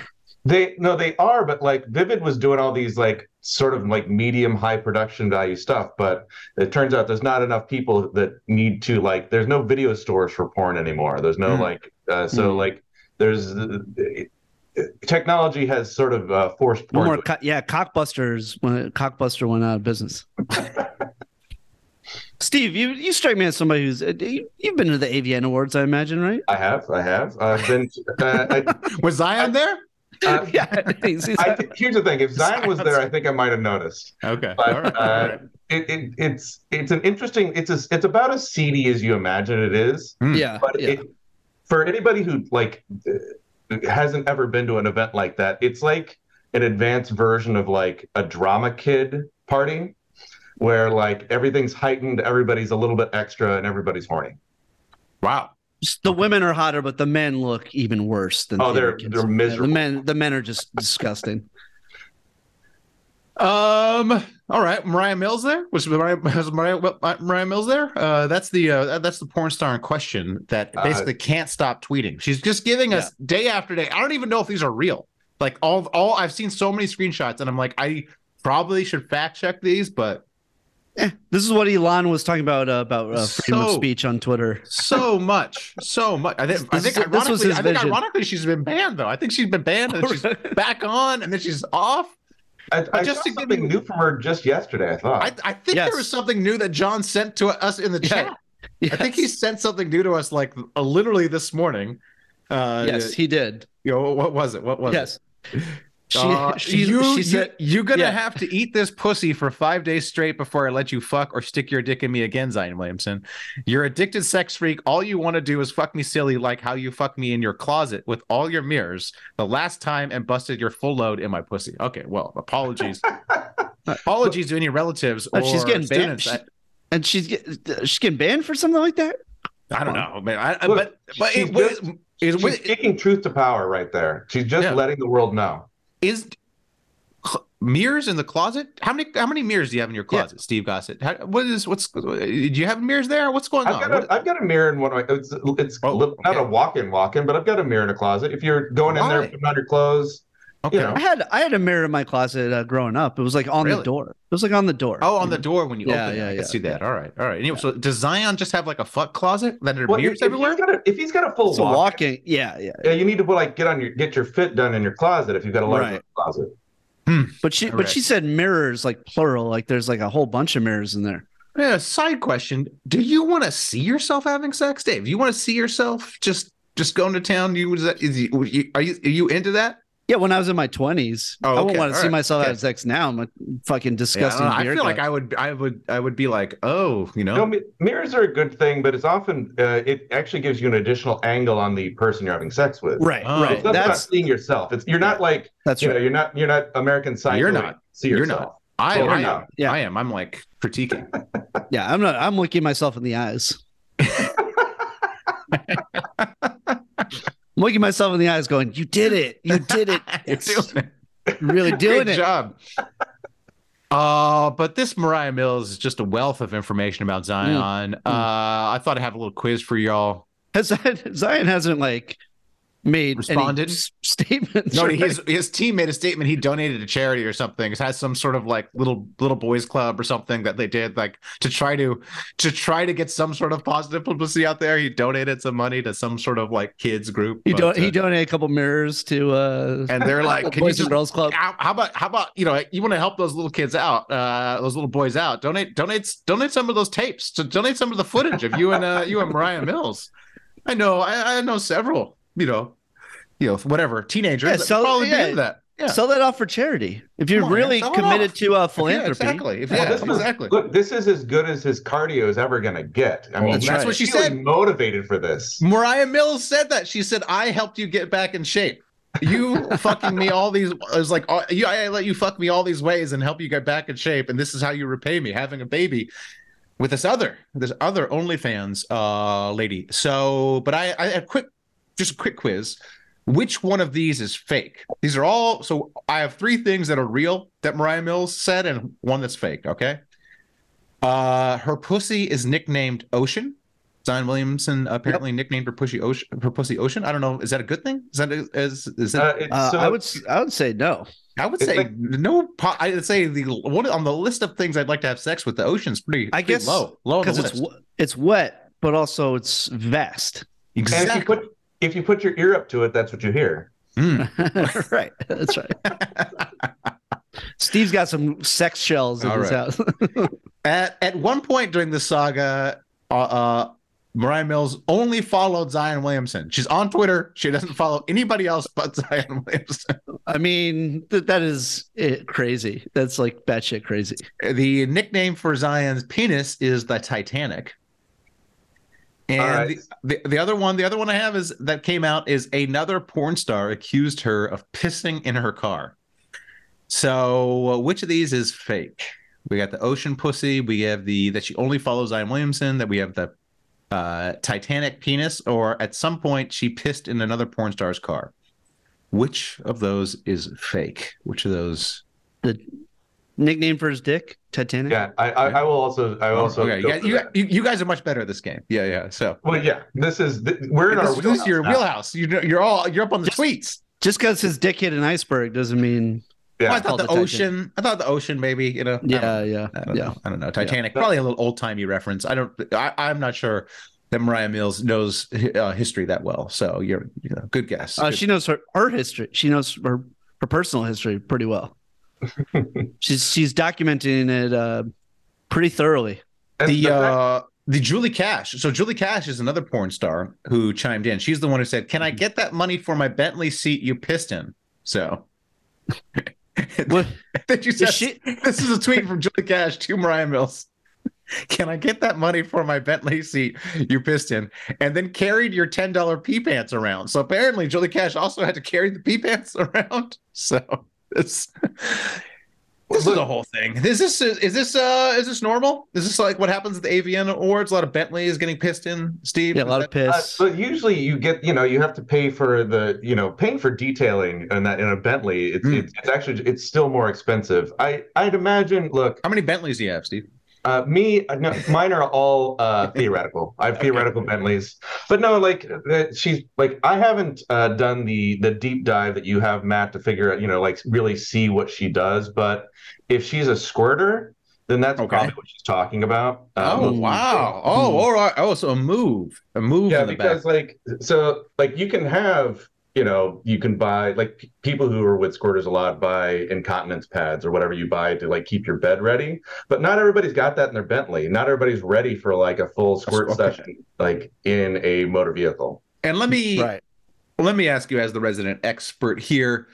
S5: They no, they are, but like Vivid was doing all these like sort of like medium high production value stuff, but it turns out there's not enough people that need to like. There's no video stores for porn anymore. There's no
S7: Mm.
S5: like uh, so
S8: Mm.
S5: like there's it, it- technology has sort of uh, forced
S8: No
S5: porn.
S8: more.
S5: to-
S8: Co- yeah, Cockbusters. When Cockbuster went out of business. Steve, you you strike me as somebody who's uh, you, you've been to the AVN Awards, I imagine, right?
S5: I have, I have. I've been. Uh,
S7: Was Zion there?
S5: I, uh,
S8: yeah. I think he's-
S5: I, think- here's the thing: if Zion was there, I think I might have noticed.
S7: Okay.
S5: but
S7: All right. All
S5: uh,
S7: right.
S5: it, it, it's it's an interesting it's as it's about as seedy as you imagine it is.
S7: Mm.
S8: yeah.
S5: But
S8: yeah.
S5: it, for anybody who like uh, hasn't ever been to an event like that, it's like an advanced version of like a drama kid party, where like everything's heightened, everybody's a little bit extra, and everybody's horny.
S7: Wow.
S8: the women are hotter, but the men look even worse than
S5: Oh,
S8: the other
S5: they're-
S8: kids.
S5: they're miserable.
S8: The men, the men are just disgusting.
S7: Um. All right. Mariah Mills there was Mariah was Mariah, well, Mariah Mills there. Uh, that's the uh, that's the porn star in question that
S5: Uh,
S7: basically can't stop tweeting. She's just giving us day after day. I don't even know if these are real. Like all all I've seen so many screenshots, and I'm like, I probably should fact check these, but
S8: This is what Elon was talking about uh, about uh, freedom of
S7: So-
S8: speech on Twitter.
S7: so much, so much. I think I
S8: This-
S7: think
S8: this was
S7: ironically,
S8: his
S7: I think
S8: vision.
S7: ironically, she's been banned though. I think she's been banned and then she's back on, and then she's off.
S5: I, I
S7: just
S5: just
S7: to
S5: saw
S7: give
S5: something
S7: you-
S5: new from her just yesterday. I thought.
S7: I, I think
S8: Yes.
S7: there was something new that John sent to us in the chat. I think he
S8: Yes.
S7: sent something new to us like uh, literally this morning. Uh,
S8: Yes, he did.
S7: You know, what was it? What was
S8: Yes.
S7: it?
S8: She,
S7: Uh,
S8: she,
S7: you,
S8: she
S7: you-
S8: said,
S7: you're gonna
S8: yeah.
S7: have to eat this pussy for five days straight before I let you fuck or stick your dick in me again, Zion Williamson. You're addicted sex freak. All you want to do is fuck me silly, like how you fuck me in your closet with all your mirrors the last time and busted your full load in my pussy. Okay, well, apologies. apologies to any relatives or
S8: Uh, she's getting banned.
S7: students. I-
S8: and she's get, she's getting banned for something like that.
S7: I don't know, man. I, I-
S5: Look,
S7: but but
S5: she's
S7: it was
S5: just-
S7: is
S5: She's kicking truth to power right there. She's just
S7: Yeah.
S5: letting the world know.
S7: is cl- mirrors in the closet? How many how many mirrors do you have in your closet, Steve Gossett? How, what is what's do you have mirrors there? What's going
S5: I've
S7: on?
S5: got
S7: What-
S5: a, I've got a mirror in one of my. It's, it's
S7: Oh,
S5: li- not a
S7: okay.
S5: walk-in, walk-in, but I've got a mirror in a closet. If you're going in there
S7: Why?
S5: putting on your clothes,
S7: okay.
S5: know.
S8: I had I had a mirror in my closet uh, growing up. It was like on the
S7: Really?
S8: door. It was like on the door.
S7: Oh, on the door when you
S8: Yeah,
S7: open
S8: yeah,
S7: it. I
S8: yeah.
S7: can see that. All right. All right. Anyway, so does Zion just have like a fuck closet that are
S5: well, if,
S7: mirrors
S5: if
S7: everywhere?
S5: he's got a, if he's got a full
S8: so
S5: walk,
S8: walking. Yeah, yeah.
S5: yeah, you need to like get on your get your fit done in your closet if you've got a large
S8: Right.
S5: closet.
S8: But she but
S7: Correct.
S8: she said mirrors like plural. Like there's like a whole bunch of mirrors in there.
S7: Yeah, side question. Do you want to see yourself having sex, Dave? You want to see yourself just just going to town? You is that is you, are you are you into that?
S8: Yeah, when I was in my twenties,
S7: Oh,
S8: I wouldn't
S7: okay.
S8: want to
S7: All
S8: see
S7: right.
S8: myself
S7: Okay.
S8: have sex now. I'm a
S7: Yeah,
S8: fucking
S7: I
S8: disgusting.
S7: don't know. I,
S8: beer
S7: feel like
S8: guy.
S7: I would I would I would be like, oh, you know,
S5: No, mi- mirrors are a good thing, but it's often uh, it actually gives you an additional angle on the person you're having sex with.
S8: right,
S7: Oh.
S8: right.
S5: It's not about
S8: That's
S5: seeing yourself. It's you're not like
S8: that's
S5: you
S8: right.
S5: know you're not you're not American Psycho.
S7: You're not.
S5: See
S7: You're
S5: yourself.
S7: not. I,
S5: Well,
S7: I
S5: yeah.
S7: am.
S8: Yeah.
S7: I am. I'm like critiquing.
S8: Yeah, I'm not. I'm looking myself in the eyes. I'm looking myself in the eyes, going, "You did it! You did it!
S7: You're
S8: It's
S7: doing it.
S8: really doing
S7: Good
S8: it!"
S7: job. Uh, but this Mariah Mills is just a wealth of information
S8: Mm,
S7: about Zion. Uh, I thought I'd have a little quiz for y'all.
S8: Has that, Zion hasn't like made
S7: Responded?
S8: any s- statements.
S7: No,
S8: right?
S7: his his team made a statement. He donated to charity or something. It has some sort of like little little boys club or something that they did like to try to to try to get some sort of positive publicity out there. He donated some money to some sort of like kids group.
S8: he
S7: but,
S8: don't
S7: uh,
S8: he donated a couple mirrors to uh
S7: and they're like, can you
S8: Boys and
S7: just
S8: Girls Club.
S7: how, how about how about you know you want to help those little kids out uh those little boys out donate donate donate some of those tapes to donate some of the footage of you and uh you and mariah mills i know i, I know several you know you know whatever teenagers
S8: Yeah,
S7: that
S8: so-
S7: probably
S8: yeah.
S7: do that yeah
S8: Sell that off for charity. If you're
S7: Come on, man,
S8: really
S7: sell it
S8: committed
S7: off.
S8: to uh,
S7: Yeah,
S8: philanthropy,
S7: exactly If-
S5: Well,
S7: yeah,
S5: this was-
S7: exactly
S5: Look, this is as good as his cardio is ever going to get. I mean,
S8: That's
S5: he's
S8: right.
S7: what she
S5: really
S7: said.
S5: Motivated for this.
S7: mariah mills said that she said i helped you get back in shape you fucking me all these I was like all, you, I let you fuck me all these ways and help you get back in shape and this is how you repay me having a baby with this other this other OnlyFans uh lady. So, but I I have quick just a quick quiz. Which one of these is fake? These are all so I have three things that are real that Mariah Mills said and one that's fake, okay? Uh her pussy is nicknamed Ocean. Zion Williamson apparently nicknamed her pussy Ocean her pussy Ocean. I don't know, is that a good thing? Is that is is that
S5: Uh, it's,
S8: uh,
S5: so
S8: I would s- I would say no.
S7: I would
S5: it's
S7: say
S5: like-
S7: no po- I'd say the one on the list of things I'd like to have sex with the ocean's pretty
S8: I
S7: pretty
S8: guess
S7: low low on Oh, the
S8: because it's
S7: list.
S8: w- it's wet, but also it's vest.
S5: and if you put if you put your ear up to it, that's what you hear.
S7: Mm.
S8: right, that's right. Steve's got some sex shells in
S7: All
S8: his
S7: right.
S8: house.
S7: At at one point during the saga, uh, uh, Mariah Mills only followed Zion Williamson. She's on Twitter. She doesn't follow anybody else but Zion Williamson.
S8: I mean, th- that is it, crazy. That's like batshit crazy.
S7: The nickname for Zion's penis is the Titanic. And
S5: All right.
S7: the, the, the other one, the other one I have is that came out is another porn star accused her of pissing in her car. So uh, which of these is fake? We got the ocean pussy. We have the that she only follows Zion Williamson. That we have the uh, Titanic penis. Or at some point she pissed in another porn star's car. Which of those is fake? Which of those?
S8: Nickname for his dick, Titanic.
S5: Yeah, I, I, I will also I also.
S7: okay, you
S5: go
S7: guys,
S5: for
S7: you,
S5: that.
S7: you- you guys are much better at this game. Yeah, yeah. So
S5: Well, yeah, this is th- we're in our
S7: this, this is your
S5: wheelhouse now.
S7: wheelhouse. You know, you're all you're up on the tweets.
S8: Just because his dick hit an iceberg doesn't mean.
S7: Well,
S5: Yeah.
S7: Oh, I thought
S8: Called
S7: the,
S8: the Titanic.
S7: ocean. I thought the ocean. Maybe you know. I don't know.
S8: Yeah, yeah,
S7: I don't
S8: yeah.
S7: know. I don't know. Titanic, probably a little old timey reference. I don't. I, I'm not sure that Mariah Mills knows uh, history that well. So you're, you know, good guess.
S8: Uh,
S7: Good-
S8: she knows her, her history. She knows her, her personal history pretty well. she's she's documenting it uh, pretty thoroughly.
S5: And
S7: the
S5: fact-
S7: uh, the Julie Cash. So Julie Cash is another porn star who chimed in. She's the one who said, "Can I get that money for my Bentley seat you pissed in?" So.
S8: What-
S7: Did you said,
S8: she-
S7: this is a tweet from Julie Cash to Mariah Mills. Can I get that money for my Bentley seat you pissed in? And then carried your $10 pee pants around. So apparently Julie Cash also had to carry the pee pants around. So it's this is
S5: Look-
S7: the whole thing. Is this is, is this uh is this normal? Is this like what happens at the AVN awards? A lot of Bentleys getting pissed in, Steve.
S8: Yeah, a lot of
S5: Uh,
S8: piss.
S5: but usually you get you know you have to pay for the you know paying for detailing and that in a Bentley it's,
S7: Mm.
S5: it's, it's actually it's still more expensive. I I'd imagine. Look,
S7: How many Bentleys do you have, Steve?
S5: Uh, me, uh, no, mine are all uh, theoretical. I have theoretical Bentleys, but no, like that she's like I haven't uh, done the the deep dive that you have, Matt, to figure out, you know, like really see what she does. But if she's a squirter, then that's
S7: Okay.
S5: probably what she's talking about.
S8: Uh,
S5: Um,
S8: mm.
S7: Oh wow! Oh, all right. Oh, so a move, a move
S5: yeah,
S7: in the
S5: because
S7: back.
S5: like so, like you can have. You know, you can buy like p- people who are with squirters a lot buy incontinence pads or whatever you buy to like keep your bed ready. But not everybody's got that in their Bentley. Not everybody's ready for like a full squirt
S7: Okay.
S5: session, like in a motor vehicle.
S7: And let me
S8: right.
S7: let me ask you, as the resident expert here,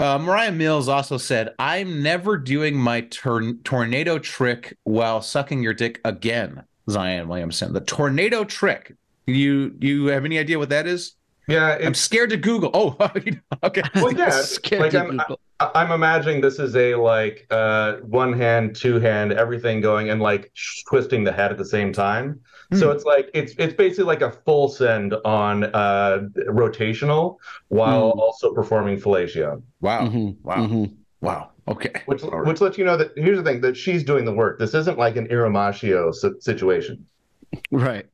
S7: uh, Mariah Mills also said, "I'm never doing my turn tornado trick while sucking your dick again." Zion Williamson, the tornado trick. You you have any idea what that is?
S5: Yeah,
S7: I'm
S5: it's
S7: scared to Google. Oh, okay.
S5: well, yeah.
S8: Scared
S5: like,
S8: to
S5: I'm,
S8: Google.
S5: I- I'm imagining this is a like uh, one hand, two hand, everything going and like sh- twisting the head at the same time. So
S7: Hmm.
S5: it's like it's it's basically like a full send on
S7: Hmm.
S5: uh, rotational while also performing fellatio.
S7: Wow.
S8: Mhm,
S7: oh, Wow.
S8: mhm.
S7: Wow. Okay.
S5: Mm-hmm. Which
S7: All right.
S5: which lets you know that here's the thing that she's doing the work. This isn't like an Iramashio si- situation.
S8: Right.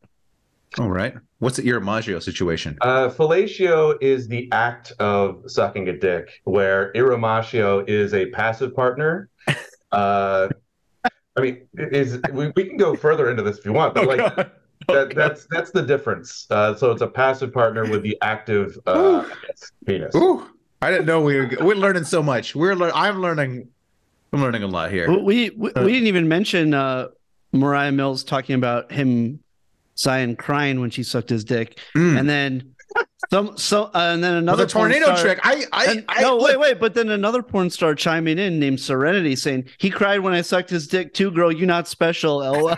S7: All right. What's the Iramaggio situation?
S5: Uh, fellatio is the act of sucking a dick, where Iramashio is a passive partner. Uh, I mean, it is we, we can go further into this if you want, but
S7: Oh,
S5: like that, that's that's the difference. Uh, so it's a passive partner with the active uh, penis.
S7: Ooh, I didn't know we were we're learning so much. We're lear- I'm learning. I'm learning a lot here.
S8: We we, we didn't even mention uh, Mariah Mills talking about him, Zion crying when she sucked his dick,
S7: Mm.
S8: and then some so uh, and then
S7: Well,
S8: another
S7: the
S8: porn
S7: tornado
S8: star-
S7: trick. I I,
S8: and-
S7: I
S8: no,
S7: look,
S8: wait, wait. But then another porn star chiming in named Serenity saying, He cried when I sucked his dick too, girl. You not special, lol.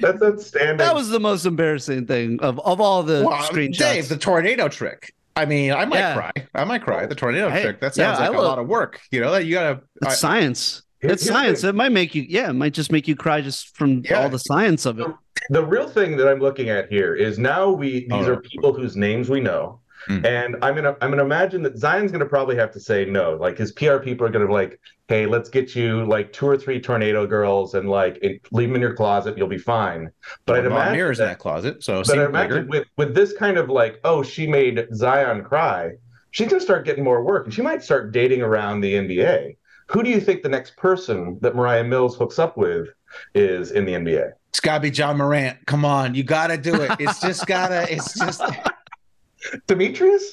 S5: That's outstanding.
S8: that was the most embarrassing thing of, of all the
S7: well,
S8: screenshots.
S7: Dave, the tornado trick. I mean, I might
S8: Yeah.
S7: cry. I might cry. The tornado
S8: Hey,
S7: trick. That
S8: yeah,
S7: sounds
S8: I
S7: like a
S8: will.
S7: lot of work. You know, you gotta.
S8: it's
S7: I-
S8: science.
S5: Here-
S8: it's
S5: here's the
S8: science. It might make you, yeah, it might just make you cry just from
S7: Yeah.
S8: all the science of it.
S5: the real thing that I'm looking at here is now we these
S7: Oh.
S5: are people whose names we know,
S7: Mm.
S5: and I'm gonna I'm gonna imagine that Zion's gonna probably have to say no. Like his PR people are gonna be like, hey, let's get you like two or three tornado girls and like it, leave them in your closet, you'll be fine. But I'd
S7: Well, Von
S5: imagine
S7: Mirror's in
S5: that-
S7: that closet, so
S5: but I
S7: seems
S5: imagine
S7: bigger.
S5: with with this kind of like, oh, she made Zion cry. She's gonna start getting more work, and she might start dating around the NBA. Who do you think the next person that Mariah Mills hooks up with is in the NBA?
S7: It's gotta be John Morant. Come on, you gotta do it. It's just gotta. It's just
S5: Demetrius?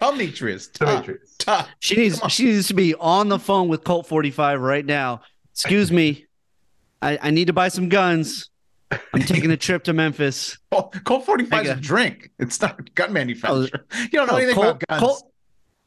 S7: Demetrius. Demetrius.
S5: Demetrius.
S8: She needs
S7: Come on.
S8: she needs to be on the phone with Colt 45 right now. Excuse me. I, I need to buy some guns. I'm taking a trip to Memphis.
S7: Colt 45 is a
S8: Nigga.
S7: drink. It's not a gun manufacturer. you don't know
S8: Oh,
S7: anything
S8: Colt,
S7: about guns. Colt.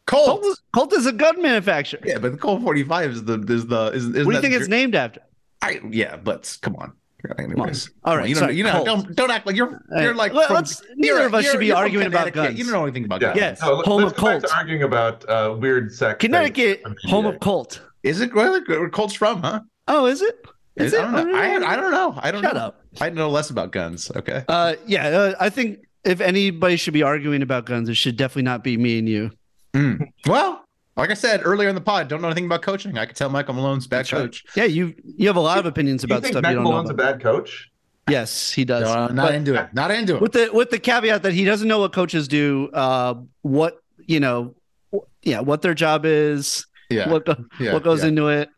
S8: Colt, Colt, is- Colt is a gun manufacturer.
S7: Yeah, but the Colt 45 is the is the is, is
S8: what do you think it's
S7: name?
S8: named after?
S7: I, yeah, but come on. Anyways.
S8: All
S7: Come
S8: right,
S7: on, You don't,
S8: sorry,
S7: you know,
S8: Colt.
S7: don't don't act like you're you're
S8: Hey,
S7: like
S8: let-
S7: from-
S8: let's- neither
S7: you're-
S8: of us should
S7: you're-
S8: be
S7: you're from
S8: arguing about
S7: Connecticut. You
S8: guns.
S7: don't know anything about
S5: Yeah.
S7: guns.
S8: Yes,
S5: No, let-
S8: home
S5: let's
S8: of
S5: go back
S8: Colt.
S5: to arguing about uh, weird sex. things.
S8: Connecticut,
S5: from
S8: home
S5: NBA.
S8: of Colt.
S7: Is it really where Colt's from, huh?
S8: Oh, is it? Is
S7: I don't know.
S8: really?
S7: I, I don't know. I don't
S8: Shut
S7: know.
S8: up.
S7: I know less about guns. Okay.
S8: Uh, yeah, uh, I think if anybody should be arguing about guns, it should definitely not be me and you.
S7: Mm. Well, like I said earlier in the pod, don't know anything about coaching. I could tell Michael Malone's a bad
S8: That's right.
S7: coach.
S8: Yeah, you you have a lot of opinions
S5: You
S8: about
S5: think
S8: stuff
S5: Mac
S8: you don't
S5: Malone's
S8: know.
S5: a
S8: About.
S5: bad coach?
S8: Yes, he does.
S7: No, I'm not
S8: But-
S7: into it. Not into it.
S8: with the with the caveat that he doesn't know what coaches do, uh, what you know, wh- yeah, what their job is,
S7: yeah.
S8: what go-
S7: yeah.
S8: what goes
S7: yeah.
S8: into it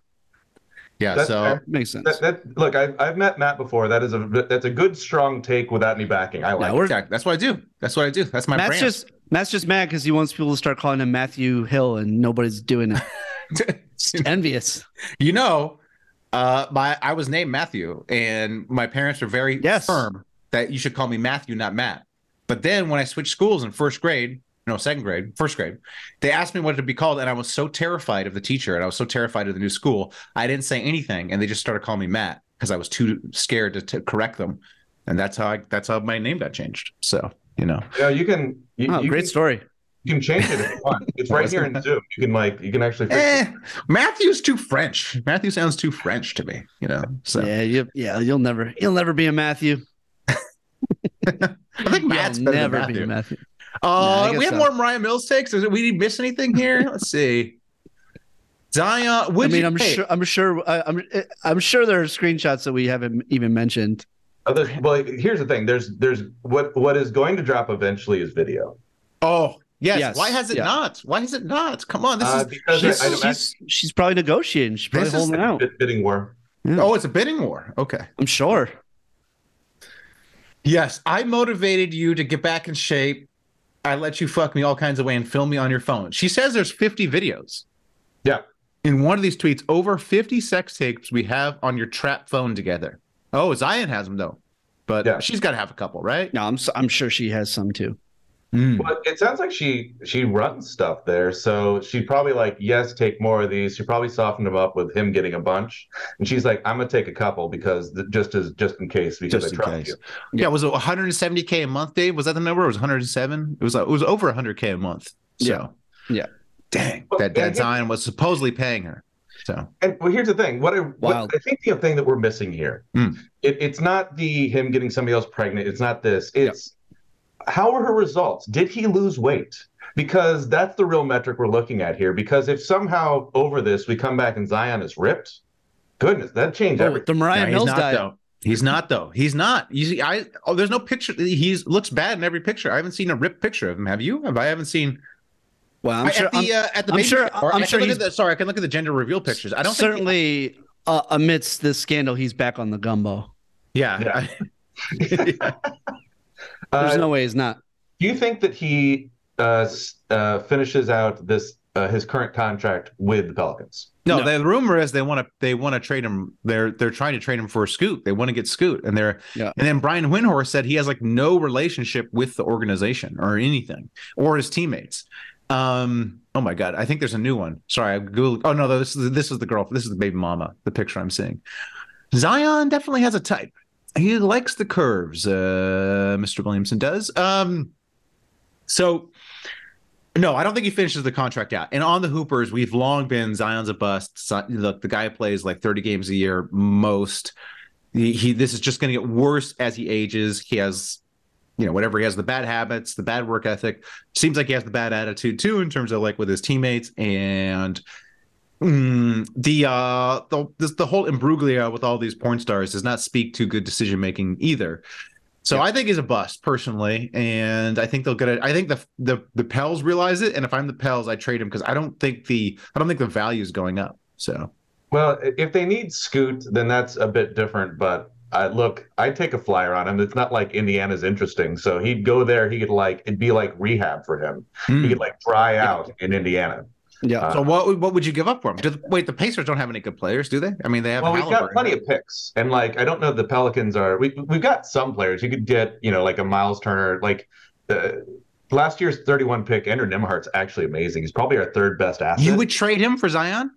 S7: Yeah.
S5: That's
S7: so
S5: fair.
S8: makes sense.
S5: That, that look, I've, I've met Matt before. That is a that's a good strong take without any backing. I like.
S8: No, we're-
S7: Exact- That's what I do. That's what I do. That's my
S8: Matt's
S7: brand.
S8: just Matt's just mad because he wants people to start calling him Matthew Hill, and nobody's doing it. Envious.
S7: you know, uh, my I was named Matthew, and my parents were very
S8: Yes.
S7: firm that you should call me Matthew, not Matt. But then when I switched schools in first grade, no, second grade, first grade, they asked me what to be called, and I was so terrified of the teacher, and I was so terrified of the new school, I didn't say anything, and they just started calling me Matt because I was too scared to, to correct them, and that's how I, that's how my name got changed. So you know,
S5: You know, you can you,
S8: Oh,
S5: you
S8: great
S5: can,
S8: story.
S5: you can change it if you want. It's right here in Zoom. You can like you can actually fix it.
S7: eh, Matthew's too French. Matthew sounds too French to me. You know, so
S8: Yeah, you, yeah, you'll never you'll never be a Matthew.
S7: I think Matt's
S8: you'll
S7: better
S8: never
S7: than Matthew.
S8: be a Matthew. Nah, I
S7: Uh,
S8: guess
S7: we have
S8: so.
S7: more Mariah Mills takes. Is we miss anything here? Let's see. Zion.
S8: I
S7: Would
S8: mean,
S7: you-
S8: I'm
S7: hey,
S8: sure I'm sure I- I'm I'm sure there are screenshots that we haven't even mentioned.
S5: Other, well, here's the thing. There's there's what what is going to drop eventually is video.
S7: Oh, yes.
S8: Yes,
S7: Why has it
S8: yeah.
S7: not? Why is it not? Come on. This
S5: Uh,
S7: is.
S5: because
S7: this
S5: I,
S7: is-
S5: I'd imagine
S8: She's she's probably negotiating. She's probably
S7: This is
S8: holding
S5: it's a
S8: out.
S5: bit- bidding war.
S7: Oh, it's a bidding war. Okay.
S8: I'm sure.
S7: Yes, I motivated you to get back in shape. I let you fuck me all kinds of way and film me on your phone. She says there's 50 videos.
S5: Yeah.
S7: In one of these tweets, over 50 sex tapes we have on your trap phone together. Oh, Zion has them though, but
S5: Yeah.
S7: she's got to have a couple, right?
S8: No, I'm s- I'm sure she has some too.
S7: Mm.
S5: But it sounds like she she runs stuff there, so she probably like yes, take more of these. She probably softened him up with him getting a bunch, and she's like, I'm gonna take a couple because th- just as just in case because
S7: Just
S5: I
S7: in
S5: trust
S7: case.
S5: you.
S7: Yeah, was it 170k a month, Dave? Was that the number? Or was it 107? It was uh, it was over 100k a month. So
S8: Yeah. Yeah.
S7: dang,
S5: Well,
S7: that that
S5: and-
S7: Zion was supposedly paying her. So
S5: And well, here's the thing: what I what,
S8: Wild.
S5: I think the thing that we're missing here,
S7: Hmm.
S5: it, it's not the him getting somebody else pregnant. It's not this. It's how are her results? Did he lose weight? Because that's the real metric we're looking at here. Because if somehow over this we come back and Zion is ripped, goodness, that changed
S8: Oh,
S5: everything.
S8: the Mariah
S7: No,
S8: Mills
S7: he's not
S8: diet.
S7: though. He's not though. He's not. You see, I oh, there's no picture. He's looks bad in every picture. I haven't seen a ripped picture of him. Have you? Have I haven't seen?
S8: Well, I'm
S7: I-
S8: sure.
S7: at the
S8: I'm-
S7: uh, at the
S8: I'm
S7: baby
S8: sure-
S7: shower.
S8: I'm
S7: I can
S8: sure
S7: look at
S8: he's-
S7: the- sorry, I can look at the gender reveal pictures. I don't think he-
S8: certainly uh, amidst this scandal, he's back on the gumbo.
S7: yeah.
S8: There's
S5: Uh,
S8: no way he's not.
S5: Do you think that he uh, s- uh, finishes out this uh, his current contract with the Pelicans?
S7: No,
S8: No.
S7: the rumor is they want to they want to trade him. They're they're trying to trade him for Scoot. They want to get Scoot, and they're
S8: Yeah.
S7: and then Brian Windhorst said he has like no relationship with the organization or anything or his teammates. Um, oh my god, I think there's a new one. Sorry, I googled. Oh no, this is this is the girl. This is the baby mama. The picture I'm seeing. Zion definitely has a type. He likes the curves. Uh, Mr. Williamson does. Um, so no, I don't think he finishes the contract out. And on the Hoopers, we've long been Zion's a bust. Si- Look, the guy plays like 30 games a year most. He, he this is just going to get worse as he ages. He has, you know, whatever he has the bad habits, the bad work ethic. Seems like he has the bad attitude too in terms of like with his teammates and mm, the uh the this, the whole imbroglio with all these porn stars does not speak to good decision making either. So I think he's a bust personally, and I think they'll get it. I think the the the Pels realize it, and if I'm the Pels, I trade him because I don't think the I don't think the value is going up. So
S5: Well, i- if they need Scoot, then that's a bit different. But I, look, I take a flyer on him. It's not like Indiana's interesting, so he'd go there. He could like it'd be like rehab for him. He could like dry out in Indiana.
S8: Yeah.
S5: Uh,
S7: so what would- what would you give up for him? Do the, wait, the Pacers don't have any good players, do they? I mean, they have
S5: Well, we've got
S7: Halliburton.
S5: plenty of picks, and like I don't know if the Pelicans are. We we've got some players. You could get you know like a Miles Turner. Like uh, last year's 31 pick, Andrew Nemhart's actually amazing. He's probably our third best asset.
S7: You would trade him for Zion?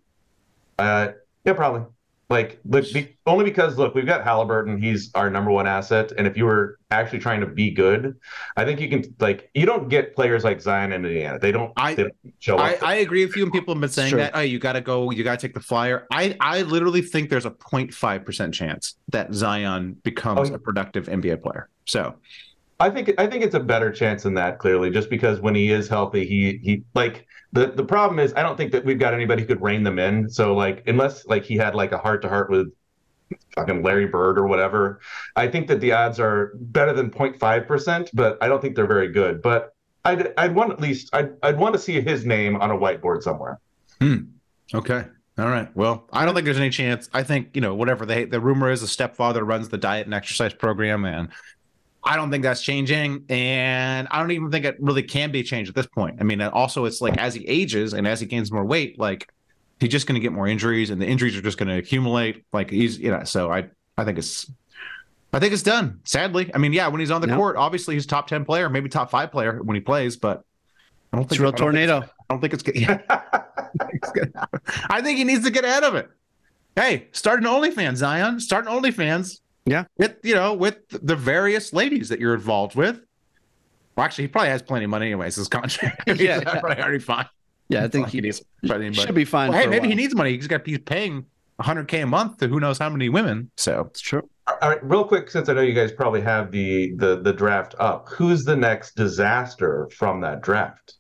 S5: Uh, yeah, probably. Like, look, be, only because look, we've got Halliburton. He's our number one asset, and if you were actually trying to be good, I think you can like you don't get players like Zion in Indiana. They don't.
S7: I-
S5: they don't show
S7: I,
S5: up.
S7: I agree with you, and people have been saying
S8: Sure.
S7: that. Oh, you got to go. You got to take the flyer. I, I literally think there's a 0.5 percent chance that Zion becomes
S5: Oh.
S7: a productive NBA player. So
S5: I think I think it's a better chance than that. Clearly, just because when he is healthy, he he like the the problem is I don't think that we've got anybody who could rein them in. So like unless like he had like a heart to heart with fucking Larry Bird or whatever, I think that the odds are better than 0.5 percent, but I don't think they're very good. But I'd I'd want at least I'd I'd want to see his name on a whiteboard somewhere.
S7: Hmm. Okay. All right. Well, I don't think there's any chance. I think, you know, whatever they the rumor is the stepfather runs the diet and exercise program and I don't think that's changing and I don't even think it really can be changed at this point. I mean, and also it's like as he ages and as he gains more weight, like he's just going to get more injuries and the injuries are just going to accumulate like he's, you know, so I I think it's I think it's done. Sadly. I mean, yeah, when he's on the
S8: No.
S7: court, obviously he's top 10 player, maybe top 5 player when he plays, but I don't
S8: It's
S7: think
S8: a real
S7: I don't think it's-
S8: tornado.
S7: I don't think it's good. Yeah. It's gonna happen. I think he needs to get out of it. Hey, start an OnlyFans, Zion. Start an OnlyFans.
S8: Yeah.
S7: With you know, with the various ladies that you're involved with. Well, actually, he probably has plenty of money anyways. His contract.
S8: Yeah,
S7: He's
S8: yeah.
S7: probably already fine.
S8: Yeah, I think he
S7: needs. Probably anybody.
S8: should be fine.
S7: Well, hey,
S8: for a
S7: maybe he
S8: while.
S7: needs money. He's got he's paying 100k a month to who knows how many women. So
S8: It's true.
S5: All right, real quick, since I know you guys probably have the the the draft up, who's the next disaster from that draft?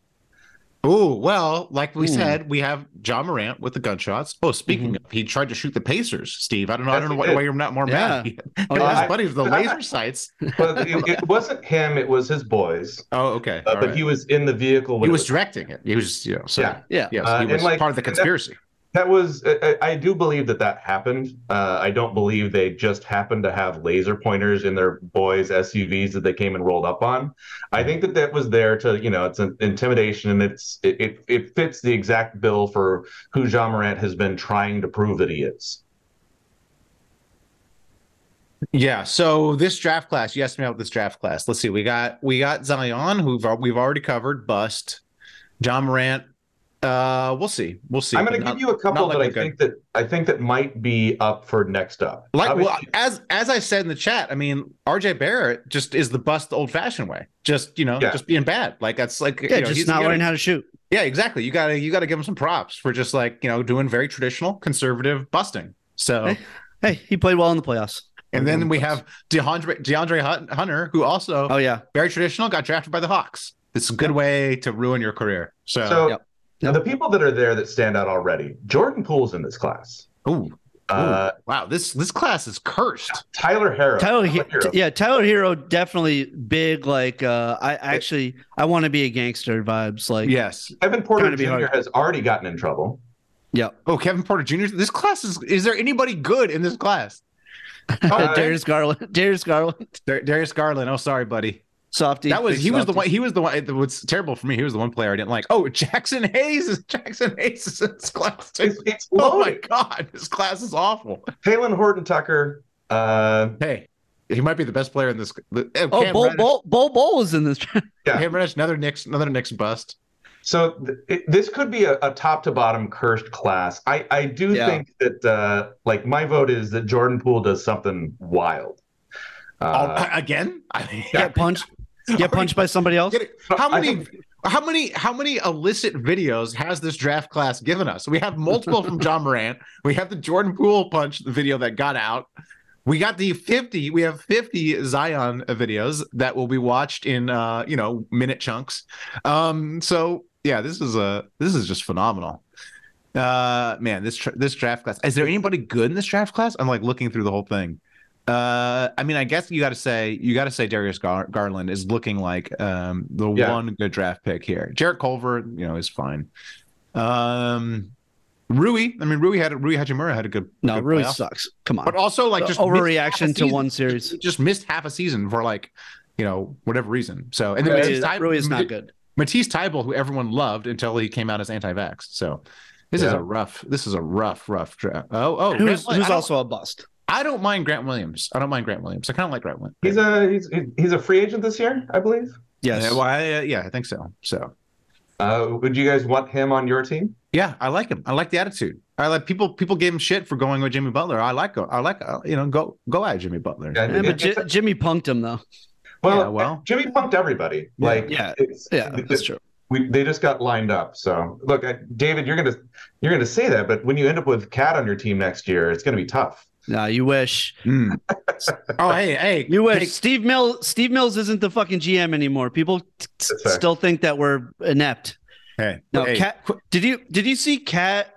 S7: Oh, well, like we
S8: Hmm.
S7: said, we have John Morant with the gunshots. Oh, speaking of, he tried to shoot the Pacers, Steve. I don't know. I
S5: Yes,
S7: don't know
S5: he
S7: why,
S5: did.
S7: why you're not more mad.
S8: Oh,
S7: His
S8: yeah.
S7: buddy with the laser sights.
S5: But it, it wasn't him; it was his boys.
S7: Oh, okay.
S5: Uh,
S7: All
S5: but
S7: right.
S5: he was in the vehicle.
S7: he
S5: When it
S7: was directing it. He was, you know, so
S5: Yeah.
S8: Yeah.
S7: yes,
S5: Uh,
S7: he
S5: and
S7: was
S5: like-
S7: part of the conspiracy.
S5: that was. I, I I do believe that that happened. Uh, I don't believe they just happened to have laser pointers in their boys' SUVs that they came and rolled up on. I think that that was there to, you know, it's an intimidation, and it's it it, it fits the exact bill for who Jean Morant has been trying to prove that he is.
S7: Yeah. So this draft class, you asked me about this draft class. Let's see. We got we got Zion, who we've al- we've already covered. Bust. John Morant. Uh, we'll see. We'll see.
S5: I'm
S7: but
S5: going to
S7: not-
S5: give you a couple
S7: not
S5: that I
S7: looking
S5: think
S7: good.
S5: that I think that might be up for next up.
S7: Like well,
S5: Obviously-
S7: as as I said in the chat, I mean, RJ Barrett just is the bust the old fashioned way. Just you know,
S5: Yeah.
S7: just being bad. Like that's like
S8: Yeah,
S7: you know,
S8: just
S7: he's-
S8: not
S7: you gotta-
S8: learning how to shoot.
S7: Yeah, exactly. You gotta you gotta give him some props for just like you know doing very traditional conservative busting. So
S8: Hey, he played well in the playoffs.
S7: And then we have DeAndre DeAndre Hunt- Hunter, who also
S8: Oh yeah,
S7: very traditional, got drafted by the Hawks. It's a good way to ruin your career. So,
S5: So
S8: Yep.
S5: the people that are there that stand out already, Jordan Poole's in this class.
S7: ooh,
S5: Uh,
S7: wow, this this class is cursed.
S5: Tyler Harrow.
S8: Tyler. He-
S5: Hero.
S8: yeah, Tyler Hero definitely big. Like uh, I actually I want to be a gangster vibes. Like
S7: Yes.
S5: Kevin Porter
S8: Trying to be
S5: Jr.
S8: hard.
S5: has already gotten in trouble.
S8: yeah.
S7: Oh, Kevin Porter Jr. This class is is there anybody good in this class?
S5: Uh,
S8: Darius Garland. Darius Garland.
S7: Dar- Darius Garland. Oh, sorry, buddy.
S8: Softy.
S7: That was
S8: big
S7: he was the
S8: softy.
S7: one. He was the one. It was terrible for me. He was the one player I didn't like. Oh, Jackson Hayes is Jackson Hayes is in this class too.
S5: it's, it's
S7: Oh my
S5: loaded.
S7: god, this class is awful.
S5: Talon Horton Tucker. Uh,
S7: Hey, he might be the best player in this. Oh,
S8: Oh, Bull Bull Bull Bull was in this.
S5: Yeah.
S7: Cam Reddish, another Knicks, another Knicks bust.
S5: So th- it, this could be a, a top to bottom cursed class. I, I do
S8: Yeah.
S5: think that uh, like my vote is that Jordan Poole does something wild. Uh,
S7: All- Oh, again, I mean,
S8: Get punched. Get punched by somebody else.
S7: how
S5: I
S7: many? How many? How many illicit videos has this draft class given us? We have multiple from John Morant. We have the Jordan Poole punch video that got out. We got the fifty. We have fifty Zion videos that will be watched in uh, you know minute chunks. Um, so yeah, this is a this is just phenomenal. Uh, man, this tra- this draft class. Is there anybody good in this draft class? I'm like looking through the whole thing. Uh, I mean, I guess you got to say you got to say Darius Gar- Garland is looking like um the
S5: Yeah.
S7: one good draft pick here. Jarrett Culver, you know, is fine. Um, Rui, I mean, Rui had Rui Hachimura had a good
S8: No,
S7: good
S8: really
S7: playoff.
S8: sucks. Come on.
S7: but also like just missed half a
S8: overreaction to
S7: season.
S8: one series.
S7: just missed half a season for like you know whatever reason. So and then
S8: Really,
S7: Matisse Thybulle-
S8: really is not good.
S7: Matisse Tybel, who everyone loved until he came out as anti-vax. So this is
S5: Yeah.
S7: a rough. This is a rough, rough draft. Oh, oh, Grant
S8: Who's,
S7: Williams. I
S8: who's
S7: don't-
S8: also a bust?
S7: I don't mind Grant Williams. I don't mind Grant Williams. I kind of like Grant Williams.
S5: he's a he's he's a free agent this year, I believe.
S8: Yes.
S7: yeah, well, I, uh, yeah, I think so. So
S5: Uh, would you guys want him on your team?
S7: yeah, I like him. I like the attitude. I like people. People gave him shit for going with Jimmy Butler. I like. I like. uh, You know, go go at Jimmy Butler.
S5: Yeah,
S8: Yeah, but
S5: it-
S8: J-
S5: it's-
S8: Jimmy punked him though.
S5: well,
S7: yeah, well.
S5: Jimmy punked everybody. Like
S8: Yeah.
S5: it's-
S8: Yeah,
S5: th-
S8: that's true.
S5: we they just got lined up. So look, I, David, you're gonna you're gonna say that, but when you end up with Cat on your team next year, it's gonna be tough.
S8: No, you wish.
S7: Mm. oh hey hey
S8: You wish.
S7: take-
S8: Steve Mills. Steve Mills isn't the fucking GM anymore. People t- t-
S5: That's fair.
S8: still think that we're inept.
S7: hey
S8: No,
S7: hey,
S8: Cat. Did you did you see Cat?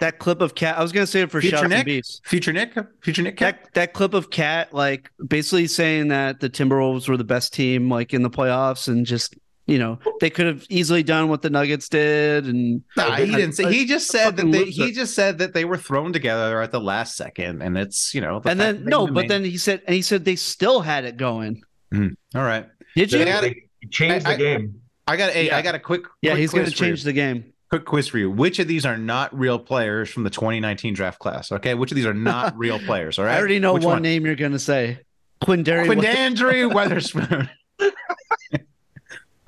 S8: That clip of Cat. I was gonna say it for
S7: Future
S8: Shots
S7: Nick?
S8: and Beefs.
S7: future Nick future Nick Cat.
S8: That that clip of Cat, like basically saying that the Timberwolves were the best team, like in the playoffs, and just you know they could have easily done what the Nuggets did, and
S7: Nah, he didn't say. He just said that
S8: fucking
S7: they.
S8: loser.
S7: He just said that they were thrown together at the last second, and it's you know. the fact
S8: and then
S7: that
S8: no,
S7: they
S8: but
S7: made-
S8: then he said, and he said they still had it going.
S7: all right.
S8: Did you?
S5: They,
S7: Yeah.
S5: they changed the
S7: I- I-
S5: game.
S7: I got a.
S8: Yeah.
S7: I got a quick.
S8: Yeah,
S7: quick
S8: he's going to
S7: quiz for you.
S8: change the game.
S7: Quick quiz for you. Which of these are not real players from the 2019 draft class? Okay, which of these are not real players? All right.
S8: I already know
S7: Which
S8: one, name you're going to say. Quindary.
S7: Quindandry Weatherspoon.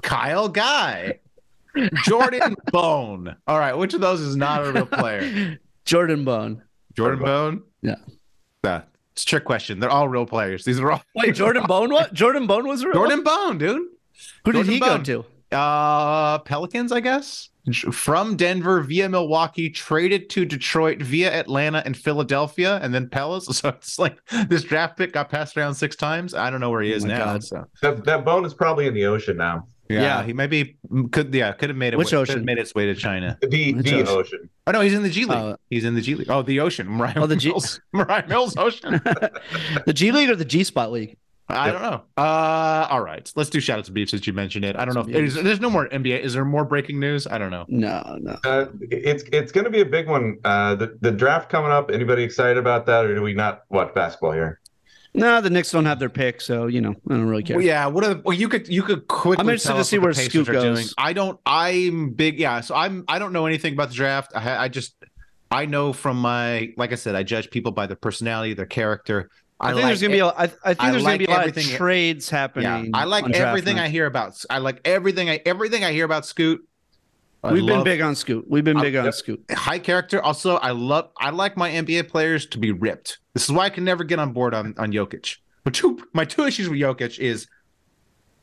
S7: Kyle Guy. Jordan Bone. All right, which of those is not a real player?
S8: Jordan Bone.
S7: Jordan Bone.
S8: Yeah.
S7: Nah, it's a trick question. They're all real players. These are all
S8: Wait, Jordan Bone? What? Jordan Bone was real.
S7: Jordan Bone, dude.
S8: Who
S7: Jordan
S8: did he
S7: Bone.
S8: go to?
S7: Uh, Pelicans, I guess. J- From Denver via Milwaukee, traded to Detroit via Atlanta and Philadelphia, and then Pelas. So it's like this draft pick got passed around six times. I don't know where he
S8: Oh
S7: is
S8: my
S7: now.
S8: God.
S7: So
S5: That, that bone is probably in the ocean now.
S7: yeah,
S8: Yeah.
S7: he maybe could yeah could have made it
S8: Which
S7: could have
S8: ocean?
S7: made its way to China.
S5: The
S8: Which
S5: the
S8: ocean?
S5: ocean.
S7: Oh no, he's in the G League.
S8: Oh.
S7: he's in the G League. Oh, the ocean. Mariah
S8: Oh, the G-
S7: Mills. Mariah Mills Ocean.
S8: The G League or the G Spot League?
S7: I don't know. Uh, all right, let's do shout out to Beef since you mentioned it. I don't know. If,
S8: Beefs.
S7: is, there's no more NBA. Is there more breaking news? I don't know.
S8: No, no.
S5: Uh, it's it's going to be a big one. Uh, the the draft coming up. Anybody excited about that, or do we not watch basketball here?
S8: No, the Knicks don't have their pick, so, you know, I don't really care.
S7: Well, yeah, what are the, well you could you could quickly.
S8: I'm interested
S7: tell
S8: to
S7: us
S8: see
S7: what the
S8: where
S7: Pacers
S8: Scoot
S7: are
S8: goes.
S7: I don't. I'm big. Yeah, so I'm. I don't know anything about the draft. I, ha- I just. I know from my like I said, I judge people by their personality, their character.
S8: I, think there's going to be a, I, I think
S7: I
S8: there's
S7: like
S8: going to be a lot of
S7: everything-
S8: trades
S7: Yeah,
S8: happening.
S7: I like
S8: on draft
S7: everything
S8: night.
S7: I hear about. I like everything. I everything I hear about Scoot. I
S8: We've been
S7: love
S8: big on Scoot. We've been big on Scoot.
S7: high character. Also, I love. I like my NBA players to be ripped. This is why I can never get on board on on Jokic. But two my two issues with Jokic is,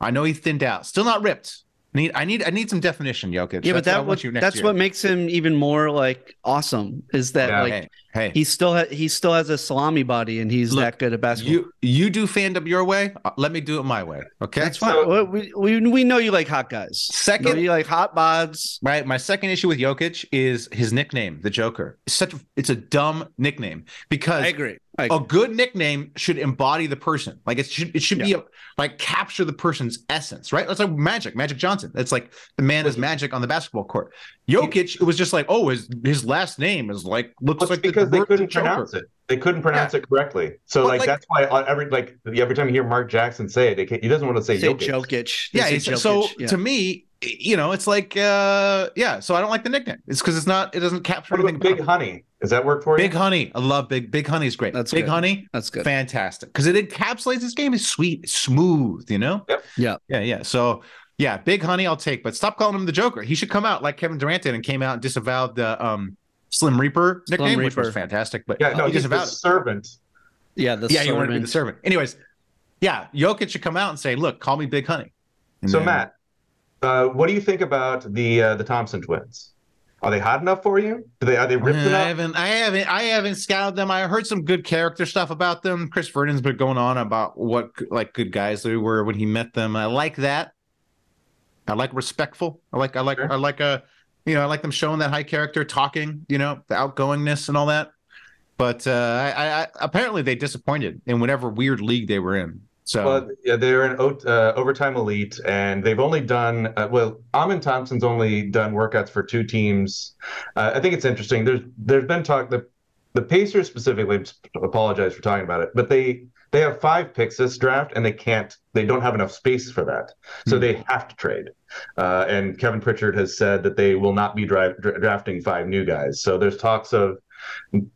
S7: I know he thinned out, still not ripped. Need I need I need some definition, Jokic.
S8: Yeah,
S7: that's
S8: but
S7: what I
S8: that
S7: want
S8: what,
S7: you next
S8: that's
S7: year.
S8: what makes him even more like awesome is that
S5: Yeah.
S8: like
S7: hey, hey.
S8: he still ha- he still has a salami body and he's
S7: Look,
S8: that good at basketball.
S7: you you do fandom your way. uh, Let me do it my way. Okay,
S8: that's fine. Well, we, we we know you like hot guys.
S7: Second-
S8: you like hot bods.
S7: Right. My second issue with Jokic is his nickname, the Joker. It's such a, it's a dumb nickname because
S8: I agree. I agree.
S7: a good nickname should embody the person. Like it should it should be a, like capture the person's essence, right? That's like Magic, Magic Johnson. That's like the man is Magic on the basketball court. Jokic, it was just like, oh, his his last name is like looks
S5: It's
S7: like the
S5: because they
S7: word
S5: couldn't
S7: Joker.
S5: pronounce it. They couldn't pronounce it correctly. So
S7: But,
S5: like,
S7: like-
S5: that's why on every like every time you hear Mark Jackson say it, they can't, he doesn't want to say,
S8: say
S5: Jokic.
S8: Jokic. They
S7: Yeah,
S8: say
S7: it's- so
S8: Jokic. Yeah.
S7: to me, you know, it's like uh yeah, so I don't like the nickname. It's because it's not it doesn't capture
S5: What
S7: anything.
S5: about Big Honey? Does that work for you?
S7: Big Honey. I love Big Big Honey's great.
S8: That's
S7: Big
S8: good.
S7: Honey.
S8: that's good.
S7: fantastic because it encapsulates this game is sweet, it's smooth, you know?
S5: Yep.
S8: Yeah.
S7: Yeah. Yeah. So, yeah, big honey, I'll take, but stop calling him the Joker. He should come out like Kevin Durant did and came out and disavowed the um, Slim Reaper
S8: Slim
S7: nickname, which was
S8: Reaper.
S7: fantastic. But
S5: Yeah, no,
S7: he
S5: he's a
S7: disavowed it.
S5: servant.
S8: Yeah, the
S7: Yeah, you want to be the
S8: servant.
S7: servant. Anyways, yeah, Jokic should come out and say, look, call me Big Honey. And
S5: So
S7: then-
S5: Matt, uh, what do you think about the uh, the Thompson twins? Are they hot enough for you? Do they are they
S7: I
S5: ripped enough?
S7: haven't, I haven't, I haven't scouted them. I heard some good character stuff about them. Chris Vernon's been going on about what like good guys they were when he met them. I like that. I like respectful. I like, I like,
S5: Sure.
S7: I like a, you know, I like them showing that high character, talking, you know, the outgoingness and all that. But uh, I, I apparently they disappointed in whatever weird league they were in. So
S5: Well, yeah, they're an o- uh, overtime elite, and they've only done uh, well. Amon Thompson's only done workouts for two teams. Uh, I think it's interesting. There's there's been talk the the Pacers specifically apologize for talking about it, but they they have five picks this draft, and they can't they don't have enough space for that, so
S7: Hmm.
S5: they have to trade. Uh, and Kevin Pritchard has said that they will not be dra- dra- drafting five new guys. So there's talks of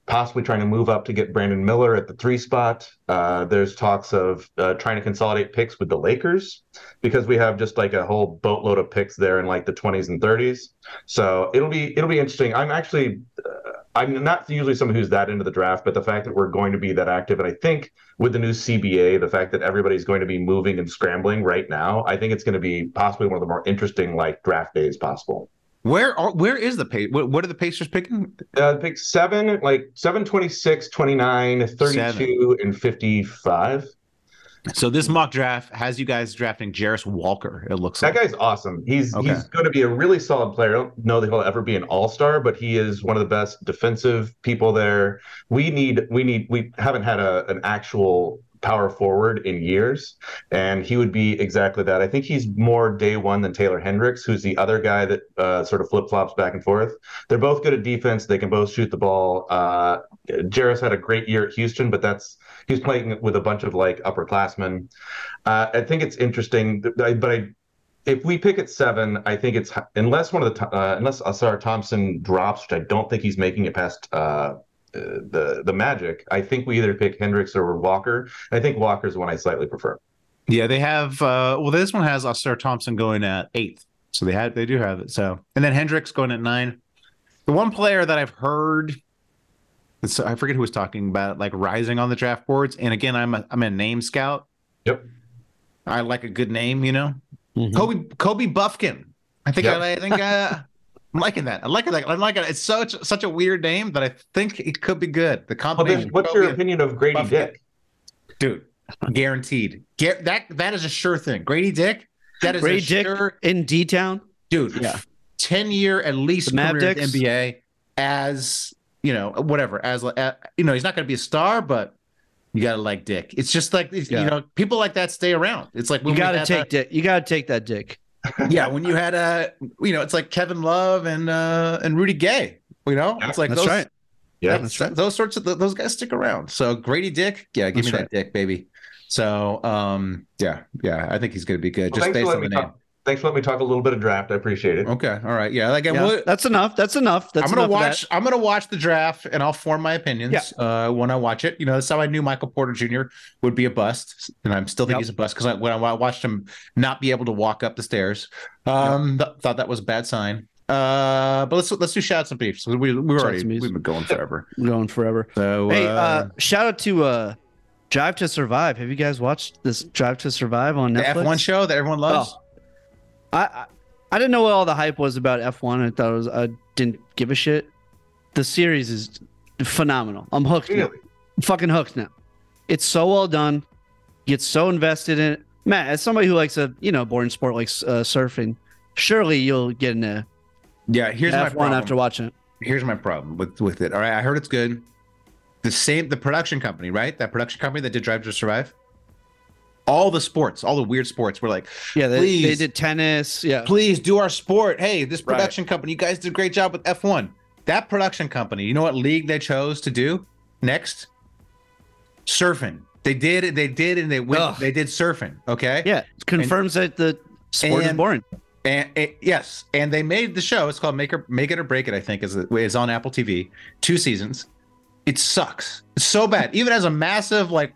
S5: possibly trying to move up to get Brandon Miller at the three spot. Uh, there's talks of uh, trying to consolidate picks with the Lakers because we have just like a whole boatload of picks there in like the 20s and 30s. So it'll be it'll be interesting. I'm actually uh, I'm not usually someone who's that into the draft, but the fact that we're going to be that active, and I think with the new CBA, the fact that everybody's going to be moving and scrambling right now, I think it's going to be possibly one of the more interesting like draft days possible.
S7: where are where is the pace? What, what are the Pacers picking?
S5: Uh, pick seven, like 7, 26, 29, 32, and 55.
S7: So this mock draft has you guys drafting Jarris Walker. It looks
S5: That
S7: like
S5: guy's awesome. He's
S7: Okay.
S5: he's going to be a really solid player. I don't know that he'll ever be an all star, but he is one of the best defensive people there. We need we need we haven't had a an actual power forward in years, and he would be exactly that. I think he's more day one than Taylor Hendricks, who's the other guy that uh, sort of flip flops back and forth. They're both good at defense. They can both shoot the ball. Uh, Jarris had a great year at Houston, but that's he's playing with a bunch of like upperclassmen. Uh, I think it's interesting, th- I- but I if we pick at seven, I think it's unless one of the to- uh, unless Asar Thompson drops, which I don't think he's making it past uh, uh, the the Magic. I think we either pick Hendricks or Walker. I think Walker's the one I slightly prefer.
S7: Yeah, they have. Uh, well, this one has Oscar Thompson going at eighth, so they had they do have it. So and then Hendricks going at nine. The one player that I've heard, it's, I forget who was talking about like rising on the draft boards. And again, I'm a, I'm a name scout.
S5: Yep.
S7: I like a good name, you know.
S8: Mhm.
S7: Kobe Kobe Buffkin. I think
S5: Yep.
S7: I, I think uh, I'm liking that. I like it. I'm liking it. It's such such a weird name that I think it could be good. The
S5: Well,
S7: combination.
S5: then, what's
S7: Kobe
S5: your
S7: and-
S5: opinion of Grady
S7: Buffkin.
S5: Dick?
S7: dude. Guaranteed. Get that. That is a sure thing. Grady Dick. That is
S8: Ray
S7: a
S8: Dick
S7: sure
S8: in D Town.
S7: dude.
S8: Yeah.
S7: Ten year at least
S8: The Mav
S7: career in
S8: Dicks?
S7: the NBA as you know whatever as, uh, you know he's not going to be a star, but you got to like Dick. It's just like it's,
S8: Yeah.
S7: you know people like that stay around. It's like when
S8: You
S7: we
S8: gotta
S7: had,
S8: take dick. You gotta take that dick.
S7: uh, yeah when you had uh you know it's like Kevin Love and uh and Rudy Gay. You know
S5: Yeah,
S7: it's like
S8: That's
S7: those,
S8: right.
S5: Yeah,
S7: that's- that- those sorts of th- those guys stick around. So Grady Dick, yeah, give
S8: That's
S7: me that Dick, baby. So um, yeah, yeah, I think he's going to be good
S5: Well,
S7: just
S5: thanks for
S7: based
S5: letting
S7: on the
S5: me
S7: name.
S5: talk. Thanks for letting me talk a little bit of draft. I appreciate it.
S7: Okay, all right, yeah. Like,
S8: Yeah,
S7: I'm, wi-
S8: that's enough. That's enough.
S7: I'm
S8: That's
S7: gonna
S8: enough of
S7: watch. I'm gonna watch the draft, and I'll form my opinions uh, when I watch it. You know, that's how I knew Michael Porter Jr. would be a bust, and I'm still think
S8: Yep.
S7: he's a bust because I, when I watched him not be able to walk up the stairs, um, th- thought that was a bad sign. Uh, but let's let's do shouts and beefs. We we were
S8: Shouts
S7: already
S8: and beefs.
S7: we've been going forever.
S8: that. Going forever.
S7: So
S8: Hey,
S7: uh,
S8: uh, shout out to uh, Drive to Survive. Have you guys watched this Drive to Survive on
S7: the
S8: Netflix?
S7: F1 show that everyone loves.
S8: Oh. I, I I didn't know what all the hype was about F1. I thought it was I didn't give a shit. The series is phenomenal. I'm hooked. now.
S5: Really?
S8: I'm fucking hooked now. It's so well done. Get so invested in it. Matt, as somebody who likes a you know boring sport like uh, surfing, surely you'll get into
S7: Yeah, here's my
S8: F1
S7: problem.
S8: after watching it.
S7: here's my problem with with it. All right, I heard it's good. The same, the production company, right? That production company that did Drive to Survive. All the sports, all the weird sports, were like,
S8: Yeah, they, they
S7: Please.
S8: did tennis. Yeah,
S7: please do our sport. Hey, this
S8: Right.
S7: production company, you guys did a great job with F1. That production company, you know what league they chose to do next? Surfing. They did it. They did, and they went.
S8: Ugh.
S7: They did surfing. Okay.
S8: yeah, it confirms that the sport is
S7: and-
S8: boring.
S7: And, and- yes, and they made the show. It's called Make or Make It or Break It. I think is is on Apple TV. Two seasons. It sucks. It's so bad. Even as a massive like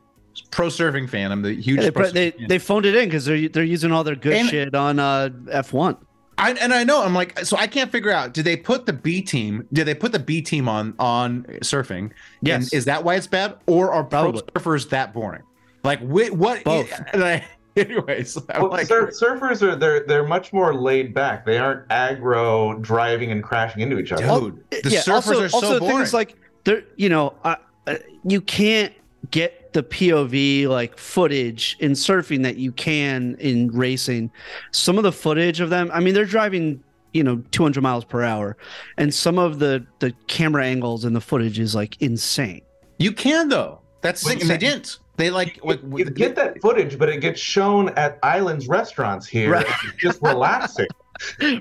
S7: pro surfing fan, I'm the huge.
S8: Yeah, they,
S7: pro
S8: pro- they
S7: surfing fan.
S8: they phoned it in because they're they're using all their good
S7: And-
S8: shit on uh, F1.
S7: I, and I know I'm like so I can't figure out. Did they put the B team? Did they put the B team on on surfing?
S8: Yes.
S7: And is that why it's bad, or are pro
S8: Probably.
S7: surfers that boring? Like whi- what?
S8: Both.
S7: like, anyways, I'm
S5: Well,
S7: like,
S5: sur- surfers are they're they're much more laid back. They aren't aggro driving and crashing into each other.
S7: dude, the surfers
S8: also,
S7: are so
S8: also
S7: boring.
S8: things like there, you know, I, uh, you can't get the POV like footage in surfing that you can in racing. Some of the footage of them, I mean, they're driving, you know, 200 miles per hour, and some of the the camera angles and the footage is like insane.
S7: you can though. That's the
S5: Wait
S7: thing.
S5: a
S7: and They
S5: second.
S7: didn't. They like. like
S5: you get that footage, but it gets shown at islands restaurants here,
S8: Right.
S5: just relaxing.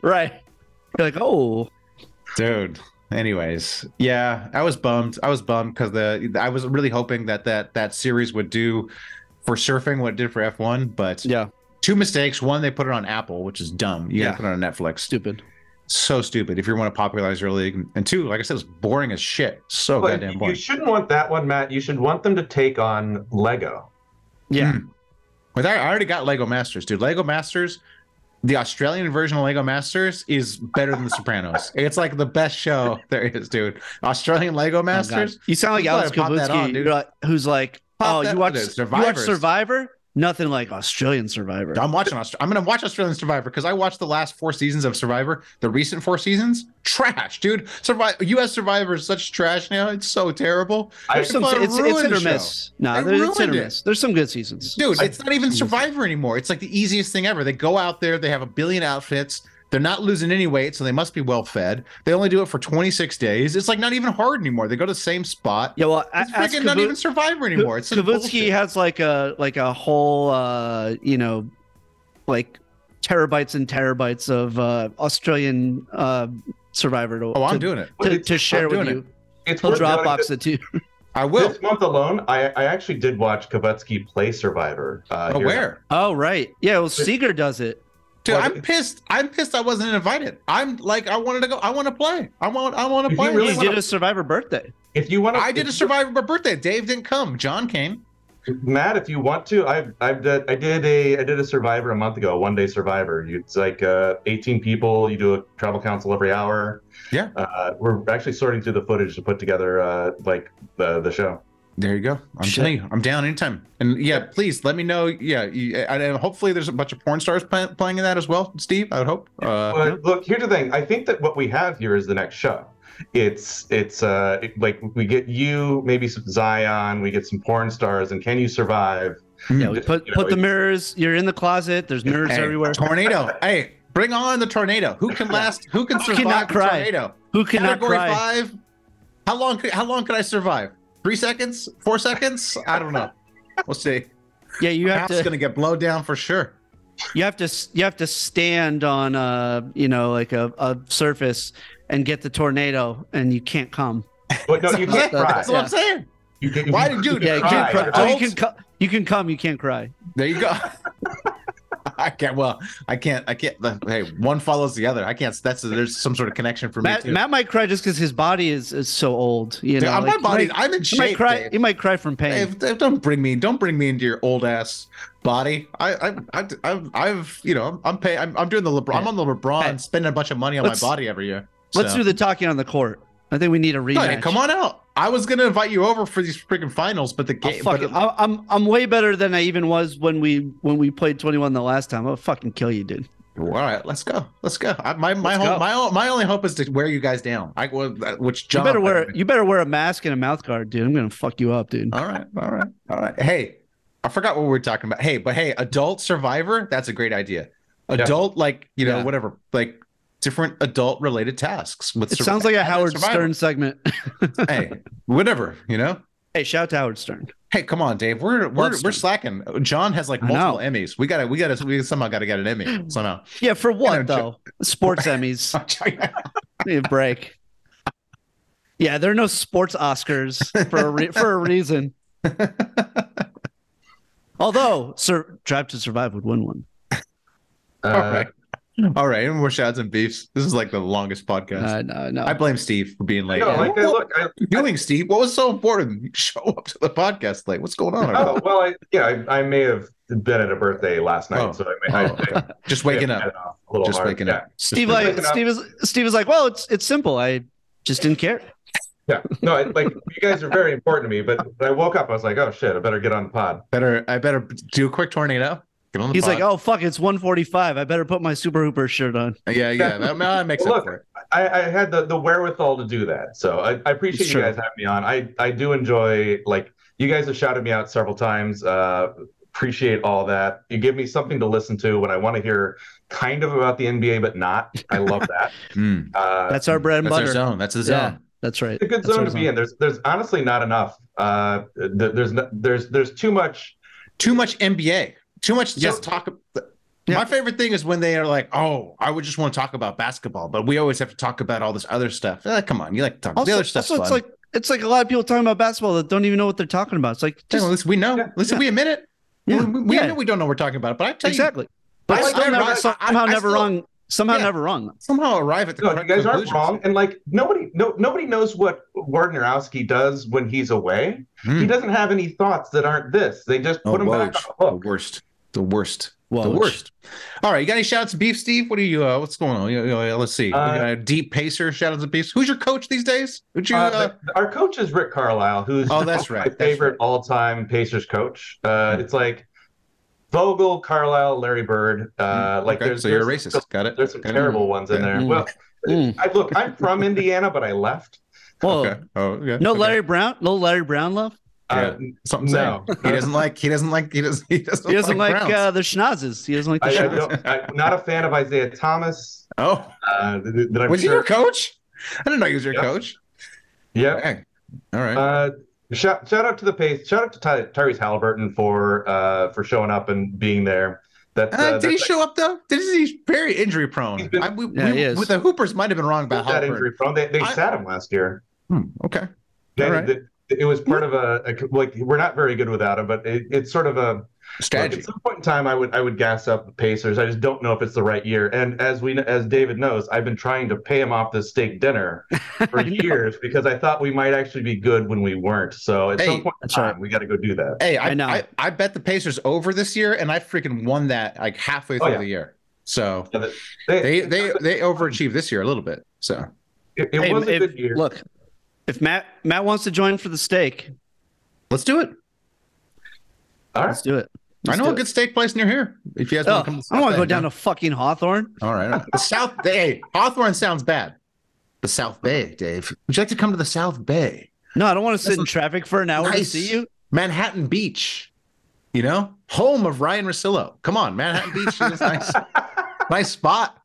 S8: Right. You're like, oh,
S7: dude anyways yeah i was bummed i was bummed because the i was really hoping that that that series would do for surfing what it did for f1 but
S8: yeah,
S7: two mistakes one they put it on apple which is dumb you
S8: Yeah.
S7: gotta put it on netflix
S8: stupid.
S7: so stupid if you want to popularize your league and two like i said it's boring as shit so
S5: But
S7: Oh, goddamn
S5: you
S7: boring
S5: shouldn't want that one, Matt. You should want them to take on Lego.
S8: Yeah,
S7: Hmm.
S8: Oh,
S7: With I already got Lego Masters, dude. Lego Masters, the Australian version of Lego Masters is better than The Sopranos. It's like the best show there is, dude. Australian Lego
S8: Oh, God.
S7: Masters.
S8: you sound like
S7: You
S8: Alex
S7: gotta pop that
S8: Kabuski,
S7: on, dude.
S8: you're like- who's like,
S7: Pop
S8: oh,
S7: that-
S8: you watch,
S7: there's
S8: you watch
S7: Survivors.
S8: Survivor? Nothing like Australian Survivor.
S7: I'm watching. Aust- I'm gonna watch Australian Survivor because I watched the last four seasons of Survivor. The recent four seasons, trash, dude. Survivor, U.S. Survivor is such trash now. It's so terrible,
S5: I,
S8: There's some,
S7: Fucking
S8: it's, it's
S7: ruined
S8: hit or
S7: the
S8: miss. No,
S7: They
S8: there, it's hit or
S7: ruined it.
S8: miss. There's some good seasons.
S7: dude. It's not even Survivor anymore. It's like the easiest thing ever. They go out there. They have a billion outfits. They're not losing any weight, so they must be well fed. They only do it for 26 days. It's like not even hard anymore. They go to the same spot.
S8: Yeah, well,
S7: It's
S8: a- ask
S7: freaking not
S8: Kabu-
S7: even Survivor anymore. It's such
S8: Kabutsky
S7: bullshit.
S8: has like a like a whole uh, you know, like terabytes and terabytes of uh, Australian uh, Survivor to
S7: Oh, I'm
S8: to,
S7: doing it.
S8: to, to share with
S7: doing
S8: you.
S5: it's
S8: He'll
S5: worth noting
S8: Dropbox it too.
S7: I
S5: that
S7: will.
S5: This month alone, I, I actually did watch Kovatsky play Survivor. Uh,
S7: But
S5: here.
S7: where?
S8: Oh right, yeah. Well, Seeger does it.
S7: Dude,
S5: Well,
S7: I'm pissed. I'm pissed. I wasn't invited. I'm like, I wanted to go. I want to play. I want. I want to
S5: If
S7: play.
S5: you really
S8: he
S5: wanna-
S8: did a Survivor birthday.
S5: If you want,
S7: I did a Survivor my birthday. Dave didn't come. John came.
S5: Matt, if you want to, I've I've done, I did a I did a Survivor a month ago, a one day Survivor. You, it's like uh, 18 people. You do a tribal council every hour.
S7: Yeah.
S5: uh, we're actually sorting through the footage to put together uh, like the the show.
S7: There you go. I'm
S8: Shit.
S7: telling you, I'm down anytime. And yeah, please let me know. Yeah, you, and and hopefully there's a bunch of porn stars play, playing in that as well. Steve, I would hope. Uh,
S5: Well, look, here's the thing. I think that what we have here is the next show. It's it's uh it- like we get you, maybe some Zion, we get some porn stars, and can you survive?
S7: Mm.
S8: Yeah, we put
S5: You know,
S8: put the
S5: it-
S8: mirrors. You're in the closet. There's mirrors
S7: hey,
S8: everywhere.
S7: Tornado. hey, bring on the tornado. Who can last? Who can
S8: Who
S7: survive?
S8: cannot
S7: the
S8: cry?
S7: Tornado.
S8: Who cannot
S7: Category
S8: cry?
S7: five. How long? Could, how long could I survive? Three seconds? Four seconds? I don't know. We'll see.
S8: Yeah, you have
S7: Pat's
S8: to.
S7: gonna get blown down for sure.
S8: you have to you have to stand on a you know like a, a surface and get the tornado and you can't come
S5: But no, you can't
S7: Yeah,
S5: cry.
S7: That's what I'm saying.
S5: You can,
S7: Why did you?
S8: yeah you can't
S5: Cry.
S8: cry oh, you
S7: Adults?
S8: can co- you can come you can't cry
S7: There you go. I can't. Well, I can't. I can't. Hey, one follows the other. I can't. That's there's some sort of connection for me
S8: matt,
S7: too.
S8: matt might cry just because his body is, is so old you
S7: Dude,
S8: know
S7: I'm-
S8: like,
S7: my body.
S8: he might,
S7: I'm in
S8: he might
S7: shape.
S8: cry
S7: Dave.
S8: he might cry from pain
S7: Dave, Dave, don't bring me. Don't bring me into your old ass body. I, I, I I've, I've, you know, I'm paying. I'm, I'm doing the LeBron. I'm on the LeBron,
S8: Hey.
S7: spending a bunch of money on
S8: Let's-
S7: my body every year.
S8: let's do the talking on the court i think we need a rematch
S7: Hey, come on out. I was gonna invite you over for these freaking finals, but the
S8: I'll
S7: game.
S8: fucking,
S7: but-
S8: I, I'm I'm way better than I even was when we when we played 21 the last time. I'll fucking kill you, dude.
S7: All right, let's go. Let's go. I, my my
S8: Let's
S7: hope,
S8: go.
S7: my o- my only hope is to wear you guys down. I well, that- which
S8: You
S7: John
S8: better wear you better wear a mask and a mouth guard, dude. I'm gonna fuck you up, dude.
S7: All right, all right, all right. Hey, I forgot what we were talking about. Hey, but hey, adult survivor. That's a great idea. Adult, like you know,
S8: Yeah.
S7: whatever, like different adult related tasks. With
S8: It
S7: survi-
S8: sounds like a
S7: adult
S8: Howard
S7: survival.
S8: Stern segment.
S7: hey, whatever you know.
S8: hey, shout to Howard Stern.
S7: Hey, come on, Dave. We're we're,
S8: Love
S7: we're
S8: Stern.
S7: slacking. John has like
S8: I know.
S7: multiple Emmys. We gotta we gotta we somehow gotta get an Emmy somehow.
S8: Yeah, for what
S7: know,
S8: though? Sports Emmys. Need a break. Yeah, there are no sports Oscars for a re- for a reason. Although, Sir Drive to Survive would win one.
S5: Uh,
S7: all right, all right. Any more shots and beefs? This is like the longest podcast.
S8: Uh, no, no.
S7: I blame Steve for being late.
S5: No,
S7: Oh. Yeah.
S5: like I look, I,
S7: you doing, Steve? What was so important? You show up to the podcast late. What's going on? over
S5: oh well, I, yeah, I, I may have been at a birthday last night,
S7: Oh.
S5: so I
S7: there?
S5: may, I,
S7: Oh, okay. Just waking up.
S5: a little
S7: Just
S5: hard.
S7: waking
S5: yeah.
S7: up. Just waking
S8: Steve, like
S5: waking up.
S8: Steve is Steve is like, well, it's it's simple. I just didn't care.
S5: Yeah, no, I, like you guys are very important to me, but when I woke up, I was like, oh shit, I better get on the pod.
S7: up. better. I better do a quick tornado. Get on the
S8: He's
S7: pod.
S8: like, oh fuck, it's 145. I better put my Super Hooper shirt on.
S7: "Oh, yeah, yeah. That, that makes
S5: Look,
S7: up for it.
S5: I, I had the, the wherewithal to do that. So I, I appreciate
S8: It's
S5: you
S8: true.
S5: guys having me on. I, I do enjoy, like, you guys have shouted me out several times. Uh, appreciate all that. You give me something to listen to when I want to hear kind of about the NBA, but not. I love that.
S7: Mm.
S5: Uh,
S8: That's our bread and
S7: That's our
S8: butter.
S7: zone. That's the
S8: Yeah.
S7: zone.
S8: That's right.
S5: it's a good
S8: That's
S5: zone to
S8: our
S5: be in. There's there's honestly not enough. Uh, th- there's no, there's there's too much.
S7: Too much NBA. Too much
S5: So-
S7: just talk.
S8: Yeah.
S7: My favorite thing is when they are like, "Oh, I would just want to talk about basketball, but we always have to talk about all this other stuff." Eh, come on, you like to talk
S8: Also,
S7: the other stuff.
S8: also it's like it's like a lot of people talking about basketball that don't even know what they're talking about. It's like just
S7: listen, we know.
S5: Yeah.
S7: listen, we admit it.
S8: Yeah.
S7: We, we
S8: Yeah.
S7: admit we don't know what we're talking about, but I tell you,
S8: exactly. But
S7: I like
S8: still
S7: that.
S8: never,
S7: I- I-
S8: somehow
S7: I
S8: never
S7: still-
S8: wrong. Somehow
S7: Yeah.
S8: never wrong.
S7: somehow arrive at the
S5: No, you
S7: correct
S5: guys aren't
S7: conclusions.
S5: wrong. And like nobody no nobody knows what Wardnerowski does when he's away.
S7: Hmm.
S5: He doesn't have any thoughts that aren't this. They just
S8: Oh,
S5: put him back
S7: Woj.
S5: on the hook.
S7: The worst. The worst. the
S8: Woj.
S7: worst. All right, you got any shout outs to Beef Steve? What are you? Uh, what's going on? You- you- let's see.
S5: Uh,
S7: we got a deep pacer. Shout outs to Beef. Who's your coach these days? Would you?
S5: Uh,
S7: Uh,
S5: the- our coach is Rick Carlisle, who's
S7: Oh, that's
S5: my
S7: right, Hmm. that's
S5: favorite all-time Pacers coach. Uh, It's like Vogel, Carlisle, Larry Bird. Uh, like
S7: Hmm, Mm-hmm. okay,
S5: there's,
S7: so you're a
S5: there's
S7: racist.
S5: some-
S7: got it.
S5: there's some
S7: Got it.
S5: terrible ones in
S7: Yeah.
S5: there.
S7: Hmm.
S8: Mm.
S5: Well,
S8: Mm.
S5: I look, I'm from Indiana, but I left.
S8: Well,
S7: Okay. Oh, okay.
S8: no
S7: okay.
S8: Larry Brown, no Larry Brown love.
S5: Uh,
S7: Something.
S5: no.
S7: He doesn't like. He doesn't like. He doesn't. He doesn't,
S8: He doesn't like,
S7: Browns.
S8: uh, the schnozzes. He doesn't like the
S5: I, I
S8: schnozzes.
S5: don't, I'm not a fan of Isaiah Thomas.
S7: oh,
S5: Uh, th- th- that I'm
S7: was he
S5: sure-
S7: your coach? I didn't know he was your
S5: Yeah.
S7: coach.
S5: Yeah.
S7: Dang. All right.
S5: Uh, shout shout out to the pace. Shout out to Ty, Tyrese Halliburton for uh for showing up and being there. That's,
S7: Uh,
S5: uh,
S7: did he
S5: that's-
S7: show up though? Did he- he's very injury prone.
S5: He's been-
S7: I, we,
S8: Yeah,
S7: we-
S8: he is.
S7: with the Hoopers might have been wrong about
S5: that
S7: Halliburton.
S5: injury from. They, they
S7: I-
S5: sat him last year.
S7: Hmm, okay.
S5: They-
S7: All right.
S5: they- it was part of a, a- like we're not very good without him, but it, it's sort of a like,
S7: Strategy.
S5: at some point in time I would I would gas up the Pacers. I just don't know if it's the right year. And as we kn- as David knows, I've been trying to pay him off the steak dinner for years because I thought we might actually be good when we weren't. So at
S7: Hey,
S5: some point in
S8: that's
S5: time,
S8: right.
S5: we got to go do that.
S7: Hey, I,
S8: I know.
S7: I, I bet the Pacers over this year, and I freaking won that like halfway
S5: Oh,
S7: through
S5: yeah.
S7: the year. So
S5: Yeah, that-
S7: they they they overachieved this year a little bit. So
S5: it, it
S8: Hey,
S5: was a
S8: if-
S5: good year.
S8: Look, if Matt Matt wants to join for the steak,
S7: let's do it.
S5: All right.
S8: let's do it.
S7: I
S8: Let's
S7: know
S8: do
S7: a
S8: it.
S7: good steak place near here. If you guys
S8: Oh,
S7: want to come,
S8: I don't want to go down to fucking Hawthorne.
S7: All right, all right. the South. Hey, Hawthorne sounds bad. The South Bay, Dave. Would you like to come to the South Bay,
S8: No, I don't want to sit
S7: That's
S8: in traffic for an hour to
S7: nice.
S8: see you.
S7: Manhattan Beach? You know, home of Ryan Rossillo. Come on, Manhattan Beach is nice. nice spot.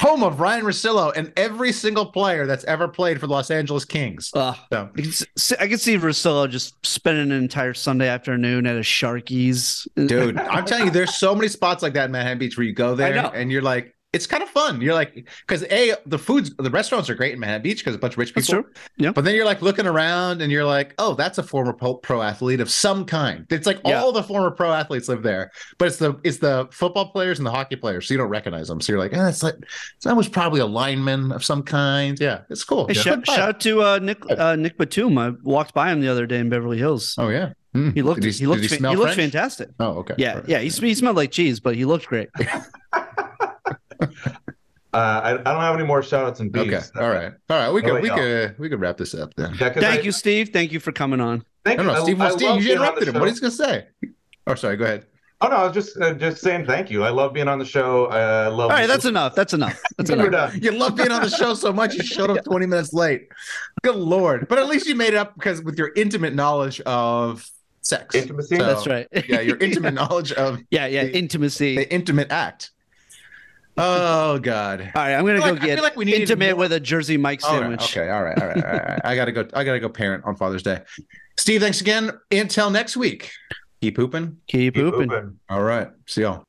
S7: Home of Ryan Rossillo and every single player that's ever played for the Los Angeles Kings.
S8: Ugh.
S7: So,
S8: I can s- I could see Rosillo just spending an entire Sunday afternoon at a Sharky's. Uh,
S7: dude, I'm telling you, there's so many spots like that in Manhattan Beach where you go there
S8: know.
S7: and you're like, it's kind of fun. You're like, because a the foods, the restaurants are great in Manhattan Beach because a bunch of rich
S8: That's
S7: people.
S8: true. Yeah.
S7: But then you're like looking around and you're like, oh, that's a former pro, pro athlete of some kind. It's like
S8: Yeah.
S7: all the former pro athletes live there, but it's the it's the football players and the hockey players, so you don't recognize them. So you're like, eh, it's like that was probably a lineman of some kind. Yeah, it's cool.
S8: Hey,
S7: It's a
S8: shout,
S7: good vibe.
S8: shout out to uh, Nick uh, Nick Batum. I walked by him the other day in Beverly Hills.
S7: Oh yeah, Mm.
S8: He looked
S7: Did
S8: he, looked
S7: did
S8: fa- he,
S7: smell
S8: looked
S7: French?
S8: fantastic.
S7: Oh okay.
S8: Yeah,
S7: All right.
S8: yeah. He, sm- he smelled like cheese, but he looked great.
S5: Uh, I, I don't have any more shout outs and beefs.
S7: Okay. All right. All right. We
S5: Oh,
S7: could
S5: wait,
S7: we
S5: no.
S7: could we could wrap this up then.
S5: Yeah, 'cause
S8: Thank
S5: I-
S8: you, Steve. Thank you for coming on.
S5: Thank
S7: I don't know.
S5: you.
S7: Steve,
S5: I- I
S7: Steve
S5: love
S7: you
S5: being on
S7: interrupted
S5: the
S7: him. What
S5: show.
S7: is he gonna say? Oh, sorry. Go ahead.
S5: Oh no, I was just uh, just saying thank you. I love being on the show. I uh,
S7: Oh,
S5: love.
S8: All right, that's enough. That's enough. That's
S5: We're
S8: enough.
S5: done.
S7: You love being on the show so much you showed up 20 minutes late. Good lord. But at least you made it up because with your intimate knowledge of sex.
S5: Intimacy.
S7: So-
S8: That's right.
S7: Yeah, your intimate knowledge of
S8: yeah, yeah.
S7: the-
S8: Intimacy.
S7: the intimate act. Oh god.
S8: All right, I'm
S7: I
S8: gonna
S7: feel
S8: go
S7: like- I
S8: get
S7: feel like we needed
S8: intimate
S7: more-
S8: with a Jersey Mike
S7: All right,
S8: sandwich.
S7: okay, all right, all right, all right, all right. I gotta go. I gotta go parent on Father's Day. Steve, thanks again. Until next week. Keep pooping.
S8: Keep
S5: Keep
S8: pooping.
S5: pooping.
S7: All right. See y'all.